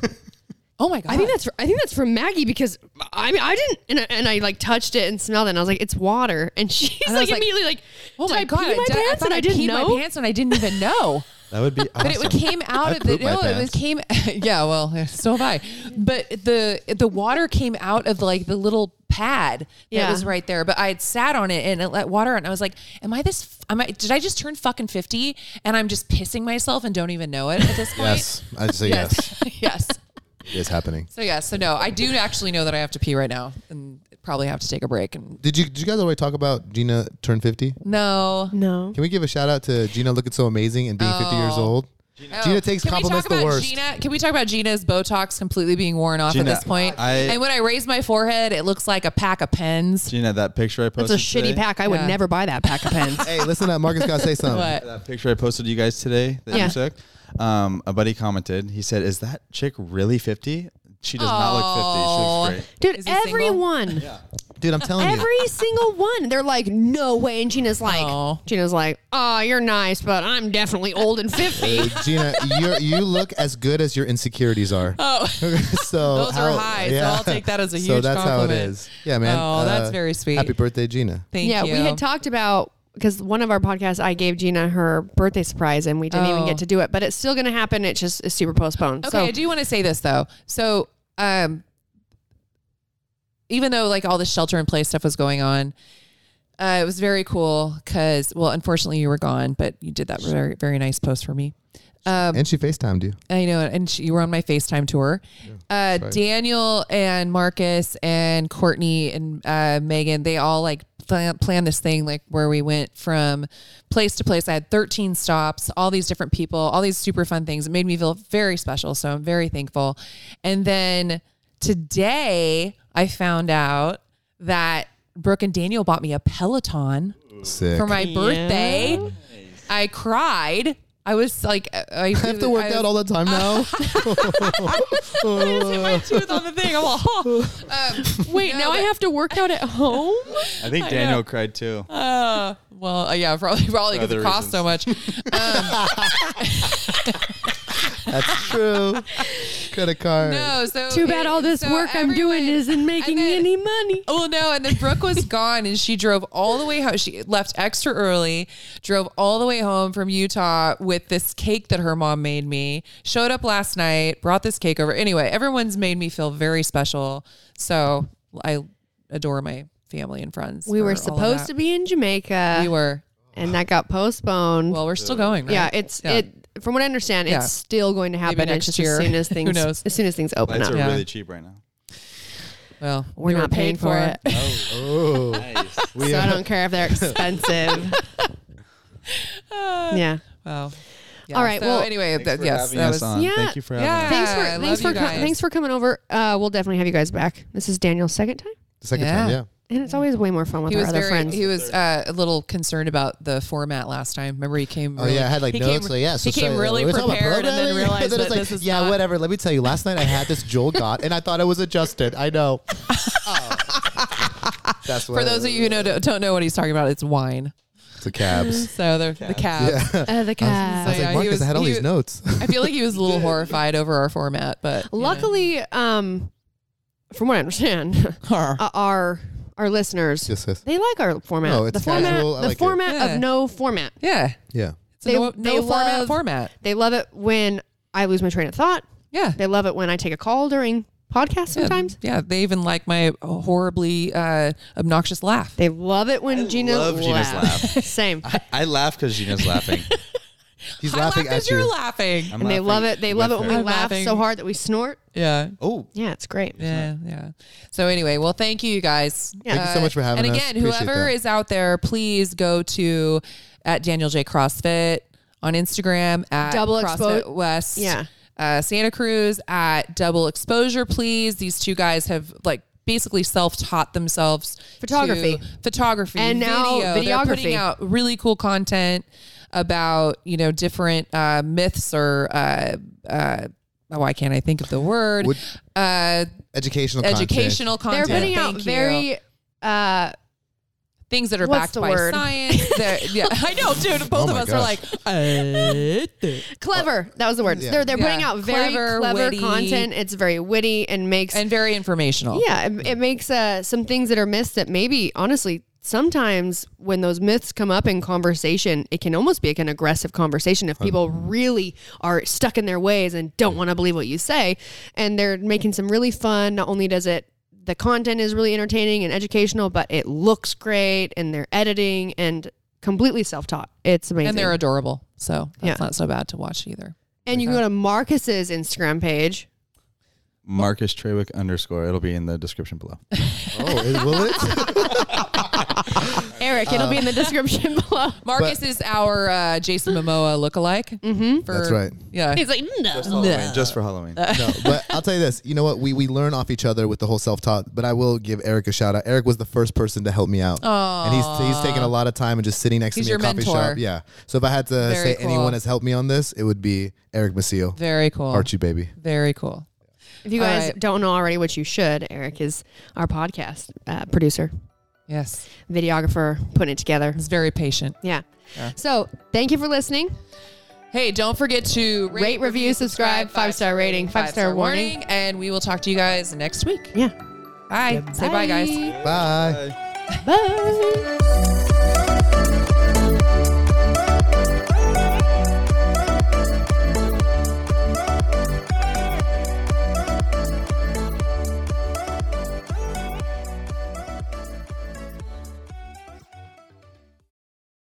Speaker 5: oh my god!
Speaker 3: "I think that's I think that's from Maggie because I mean, I didn't and I, and I like touched it and smelled it, and I was like, it's water, and she's
Speaker 5: And I
Speaker 3: like
Speaker 5: was like,
Speaker 3: immediately like,
Speaker 5: Oh
Speaker 3: did
Speaker 5: my
Speaker 3: I
Speaker 5: god!
Speaker 3: pee my
Speaker 5: did-
Speaker 3: pants
Speaker 5: thought
Speaker 3: and I didn't
Speaker 5: peed
Speaker 3: know?
Speaker 5: my pants and I didn't even know.
Speaker 1: That would be awesome.
Speaker 5: But it came out
Speaker 1: I
Speaker 5: of the
Speaker 1: pooped my
Speaker 5: no, it was
Speaker 1: pants.
Speaker 5: came yeah, well, so have I. But the the water came out of like the little pad that
Speaker 3: Yeah.
Speaker 5: was right there. But I had sat on it and it let water out and I was like, Am I this f- am I did I just turn fucking fifty and I'm just pissing myself and don't even know it at this point?
Speaker 6: yes, I just say yes.
Speaker 5: yes.
Speaker 6: It is happening.
Speaker 5: So yes, so no, I do actually know that I have to pee right now and probably have to take a break and
Speaker 6: Did you did you guys already talk about Gina turned fifty?
Speaker 5: Mm-hmm. no.
Speaker 3: No,
Speaker 6: Can we give a shout out to Gina looking so amazing and being fifty years old? Gina,
Speaker 5: Oh,
Speaker 6: takes
Speaker 5: can we
Speaker 6: compliments
Speaker 5: talk about
Speaker 6: the worst.
Speaker 5: Gina, can we talk about Gina's Botox completely being worn off
Speaker 1: Gina,
Speaker 5: at this point?
Speaker 1: I-
Speaker 5: and when I raise my forehead, it looks like a pack of pens.
Speaker 1: Gina, that picture I
Speaker 3: it's
Speaker 1: posted.
Speaker 3: a shitty
Speaker 1: today-
Speaker 3: pack. I would
Speaker 5: Yeah.
Speaker 3: never buy that pack of pens.
Speaker 6: Hey, listen up, Marcus. Got to say something.
Speaker 5: But
Speaker 1: That picture I posted to you guys today that
Speaker 3: Yeah.
Speaker 1: you took. Um, a buddy commented. He said, "Is that chick really 50? She does not look 50. She looks great."
Speaker 3: Dude,
Speaker 5: Is he single?
Speaker 3: everyone,
Speaker 6: Dude, I'm telling you.
Speaker 3: every single one, they're like, no way, and Gina's like,
Speaker 5: Aw.
Speaker 3: Gina's like, oh, you're nice, but I'm definitely old and fifty.
Speaker 6: Hey, Gina, you you look as good as your insecurities are. Oh, so
Speaker 5: Those are
Speaker 6: how-
Speaker 5: high, so I'll take that as a
Speaker 6: So
Speaker 5: huge
Speaker 6: that's how it
Speaker 5: compliment.
Speaker 6: is. Yeah, man. Uh,
Speaker 5: Oh, that's very sweet.
Speaker 6: Happy birthday, Gina.
Speaker 5: thank
Speaker 3: yeah,
Speaker 5: you.
Speaker 3: we had talked about because one of our podcasts, I gave Gina her birthday surprise, and we didn't even
Speaker 5: Oh.
Speaker 3: get to do it. But it's still going to happen. It's just it's super postponed.
Speaker 5: Okay,
Speaker 3: so
Speaker 5: I do want to say this though. So, um, even though like all the shelter in place stuff was going on, uh, it was very cool because, well, unfortunately you were gone, but you did that very, very nice post for me. Um,
Speaker 6: And she FaceTimed you.
Speaker 5: I know, and she, you were on my FaceTime tour. uh, Daniel and Marcus and Courtney and uh, Megan, they all like plan, plan this thing like where we went from place to place. I had 13 stops, all these different people, all these super fun things. It made me feel very special. So I'm very thankful. And then today I found out that Brooke and Daniel bought me a Peloton
Speaker 6: Sick.
Speaker 5: for my birthday. I cried. I was like, I,
Speaker 6: I have to work out all the time now.
Speaker 5: my tooth on the thing. I'm all, huh. um,
Speaker 3: Wait, now I have to work out at home.
Speaker 4: I think Daniel cried too.
Speaker 5: Uh, well, uh, yeah, probably probably because
Speaker 4: other
Speaker 5: it costs so much.
Speaker 6: That's true. Credit card.
Speaker 5: No, so
Speaker 3: Too bad
Speaker 5: it-
Speaker 3: all this
Speaker 5: so
Speaker 3: work I'm doing
Speaker 5: everyone-
Speaker 3: isn't making
Speaker 5: then-
Speaker 3: any money.
Speaker 5: Oh no! And then Brooke was gone, and she drove all the way home. She left extra early, drove all the way home from Utah with this cake that her mom made me. Showed up last night, brought this cake over. Anyway, everyone's made me feel very special. So I adore my family and friends.
Speaker 3: We were
Speaker 5: for all of
Speaker 3: supposed
Speaker 5: that.
Speaker 3: to be in Jamaica,
Speaker 5: We were.
Speaker 3: and that got postponed.
Speaker 5: Well, we're still going. Right?
Speaker 3: yeah, it's
Speaker 5: Yeah.
Speaker 3: it. From what I understand,
Speaker 5: Yeah.
Speaker 3: it's still going to happen.
Speaker 5: next
Speaker 3: it's just
Speaker 5: year.
Speaker 3: as soon as
Speaker 5: Who
Speaker 3: things,
Speaker 5: knows?
Speaker 3: as soon as things open
Speaker 4: Lights
Speaker 3: up,
Speaker 4: are
Speaker 5: Yeah.
Speaker 4: really cheap right now.
Speaker 5: Well,
Speaker 3: we're
Speaker 5: we were
Speaker 3: not paying
Speaker 5: paid
Speaker 3: for it.
Speaker 6: Oh, we
Speaker 3: so I
Speaker 6: are-
Speaker 3: don't care if they're expensive. yeah.
Speaker 5: Wow. Oh. Yeah,
Speaker 3: All right,
Speaker 5: So
Speaker 3: well-
Speaker 5: anyway,
Speaker 4: Thanks
Speaker 5: that,
Speaker 4: for
Speaker 5: yes,
Speaker 4: having
Speaker 5: that
Speaker 4: us
Speaker 5: was.
Speaker 4: on.
Speaker 3: Yeah.
Speaker 4: Thank you for having
Speaker 5: Yeah.
Speaker 4: us.
Speaker 3: Thanks
Speaker 5: I love
Speaker 3: for thanks
Speaker 5: you
Speaker 3: for co-
Speaker 5: guys.
Speaker 3: thanks for coming over. Uh, we'll definitely have you guys back. This is Daniel's second time,
Speaker 6: The second
Speaker 5: Yeah.
Speaker 6: time, yeah.
Speaker 3: and it's always way more fun with
Speaker 5: He
Speaker 3: our
Speaker 5: was
Speaker 3: other
Speaker 5: very.
Speaker 3: friends.
Speaker 5: He was uh, a little concerned about the format last time. Remember, he came.
Speaker 6: Oh
Speaker 5: really-
Speaker 6: yeah, I had like
Speaker 5: he
Speaker 6: notes.
Speaker 5: Came,
Speaker 6: like, yeah, so
Speaker 5: he came
Speaker 6: sorry,
Speaker 5: really
Speaker 6: we're talking about
Speaker 5: prepared and then
Speaker 6: programming.
Speaker 5: realized
Speaker 6: it's
Speaker 5: that
Speaker 6: like,
Speaker 5: this is
Speaker 6: yeah,
Speaker 5: not-
Speaker 6: whatever. Let me tell you, last night I had this Joel got, and I thought it was adjusted. I know. Oh. That's what
Speaker 5: For those of you who know, don't know what he's talking about, it's wine.
Speaker 6: the cabs.
Speaker 5: So the the cab.
Speaker 3: Uh, the
Speaker 6: I was
Speaker 5: yeah,
Speaker 6: like,
Speaker 5: he
Speaker 6: Marcus,
Speaker 5: was-
Speaker 6: I had all
Speaker 5: he
Speaker 6: these
Speaker 5: was-
Speaker 6: notes.
Speaker 5: I feel like he was a little horrified over our format, but you know.
Speaker 3: Luckily, um, from what I understand,
Speaker 5: Huh.
Speaker 3: uh, our our listeners
Speaker 6: yes, yes.
Speaker 3: they like our format.
Speaker 6: No, it's
Speaker 3: the format,
Speaker 6: casual. I
Speaker 3: the
Speaker 6: like it.
Speaker 3: format
Speaker 5: Yeah.
Speaker 3: of no format.
Speaker 5: yeah,
Speaker 6: Yeah.
Speaker 5: it's a
Speaker 3: They-
Speaker 5: no,
Speaker 3: they
Speaker 5: no format
Speaker 3: love-
Speaker 5: format.
Speaker 3: They love it when I lose my train of thought.
Speaker 5: Yeah,
Speaker 3: They love it when I take a call during podcasts.
Speaker 5: Yeah.
Speaker 3: Sometimes
Speaker 5: Yeah, they even like my horribly uh, obnoxious laugh.
Speaker 3: they love it when
Speaker 4: I
Speaker 3: Gina
Speaker 4: love Gina's
Speaker 3: laughs. Same.
Speaker 4: I, I laugh because Gina's laughing.
Speaker 6: He's
Speaker 5: I
Speaker 6: laughing
Speaker 5: laugh
Speaker 6: at
Speaker 5: 'cause
Speaker 6: you.
Speaker 5: you're laughing.
Speaker 4: I'm
Speaker 3: and they
Speaker 4: laughing
Speaker 3: love it. They love it
Speaker 4: with
Speaker 3: when
Speaker 4: her.
Speaker 3: we
Speaker 5: I'm
Speaker 3: laugh
Speaker 5: laughing.
Speaker 3: so hard that we snort.
Speaker 5: Yeah.
Speaker 4: Oh,
Speaker 3: Yeah, it's great.
Speaker 5: Yeah, yeah. So anyway, well, thank you, you guys. Uh,
Speaker 3: Yeah. Thank
Speaker 6: you so much for having
Speaker 5: and
Speaker 6: us.
Speaker 5: And again,
Speaker 6: Appreciate
Speaker 5: whoever
Speaker 6: that.
Speaker 5: is out there, please go to at Daniel J CrossFit on Instagram at
Speaker 3: Double
Speaker 5: CrossFit
Speaker 3: expo-
Speaker 5: West.
Speaker 3: Yeah.
Speaker 5: Uh, Santa Cruz at Double Exposure, please. These two guys have like basically self-taught themselves
Speaker 3: Photography.
Speaker 5: to photography
Speaker 3: And now
Speaker 5: They're putting
Speaker 3: videography.
Speaker 5: out really cool content about you know different uh, myths or uh, uh, why can't I think of the word?
Speaker 6: Would-
Speaker 5: uh,
Speaker 6: Educational content.
Speaker 5: educational
Speaker 3: They're
Speaker 5: content.
Speaker 3: putting out
Speaker 5: Thank you.
Speaker 3: very uh,
Speaker 5: things that are
Speaker 3: what's
Speaker 5: backed
Speaker 3: the
Speaker 5: by
Speaker 3: word?
Speaker 5: science. They're- yeah, I know, dude. Both
Speaker 6: Oh
Speaker 5: of
Speaker 6: my
Speaker 5: us are
Speaker 6: gosh.
Speaker 5: like, uh, th-
Speaker 3: clever. That was the word. They're they're
Speaker 5: Yeah.
Speaker 3: putting out very
Speaker 5: Clever,
Speaker 3: clever,
Speaker 5: witty.
Speaker 3: content. It's very witty and makes
Speaker 5: and very informational.
Speaker 3: Yeah, it, it makes uh, some things that are myths that maybe, honestly, sometimes when those myths come up in conversation, it can almost be like an aggressive conversation if people really are stuck in their ways and don't want to believe what you say. And they're making some really fun. Not only does it the content is really entertaining and educational, but it looks great and they're editing and completely self-taught. It's amazing.
Speaker 5: and they're adorable. So that's
Speaker 3: Yeah.
Speaker 5: not so bad to watch either.
Speaker 3: And you can go to Marcus's Instagram page.
Speaker 4: Marcus Trawick underscore. It'll be in the description below.
Speaker 6: Oh, is, will it?
Speaker 3: Eric, it'll be in the description below.
Speaker 5: Marcus is our uh, Jason Momoa lookalike. Mm-hmm.
Speaker 6: That's right.
Speaker 5: Yeah.
Speaker 3: He's like, "Mm, no.
Speaker 4: Just for Halloween.
Speaker 6: No, but I'll tell you this. You know what? We we learn off each other with the whole self taught. But I will give Eric a shout out. Eric was the first person to help me out, and he's he's taken a lot of time and just sitting next
Speaker 5: He's
Speaker 6: to me
Speaker 5: your
Speaker 6: at a coffee
Speaker 5: mentor.
Speaker 6: shop. Yeah. So if I had to
Speaker 5: Very
Speaker 6: say anyone
Speaker 5: cool.
Speaker 6: has helped me on this, it would be Eric Masil,
Speaker 5: Very cool.
Speaker 6: Archie baby.
Speaker 5: Very cool.
Speaker 3: If you
Speaker 5: All
Speaker 3: guys
Speaker 5: right.
Speaker 3: don't know already, which you should, Eric is our podcast uh, producer,
Speaker 5: Yes.
Speaker 3: videographer, putting it together.
Speaker 5: He's very patient.
Speaker 3: Yeah. So thank you for listening.
Speaker 5: Hey, don't forget to rate,
Speaker 3: Rate, review, subscribe, five-star rating, five-star
Speaker 5: five-star
Speaker 3: warning.
Speaker 5: And we will talk to you guys next week.
Speaker 3: Yeah.
Speaker 5: Bye. Say bye, guys.
Speaker 6: Bye.
Speaker 3: Bye.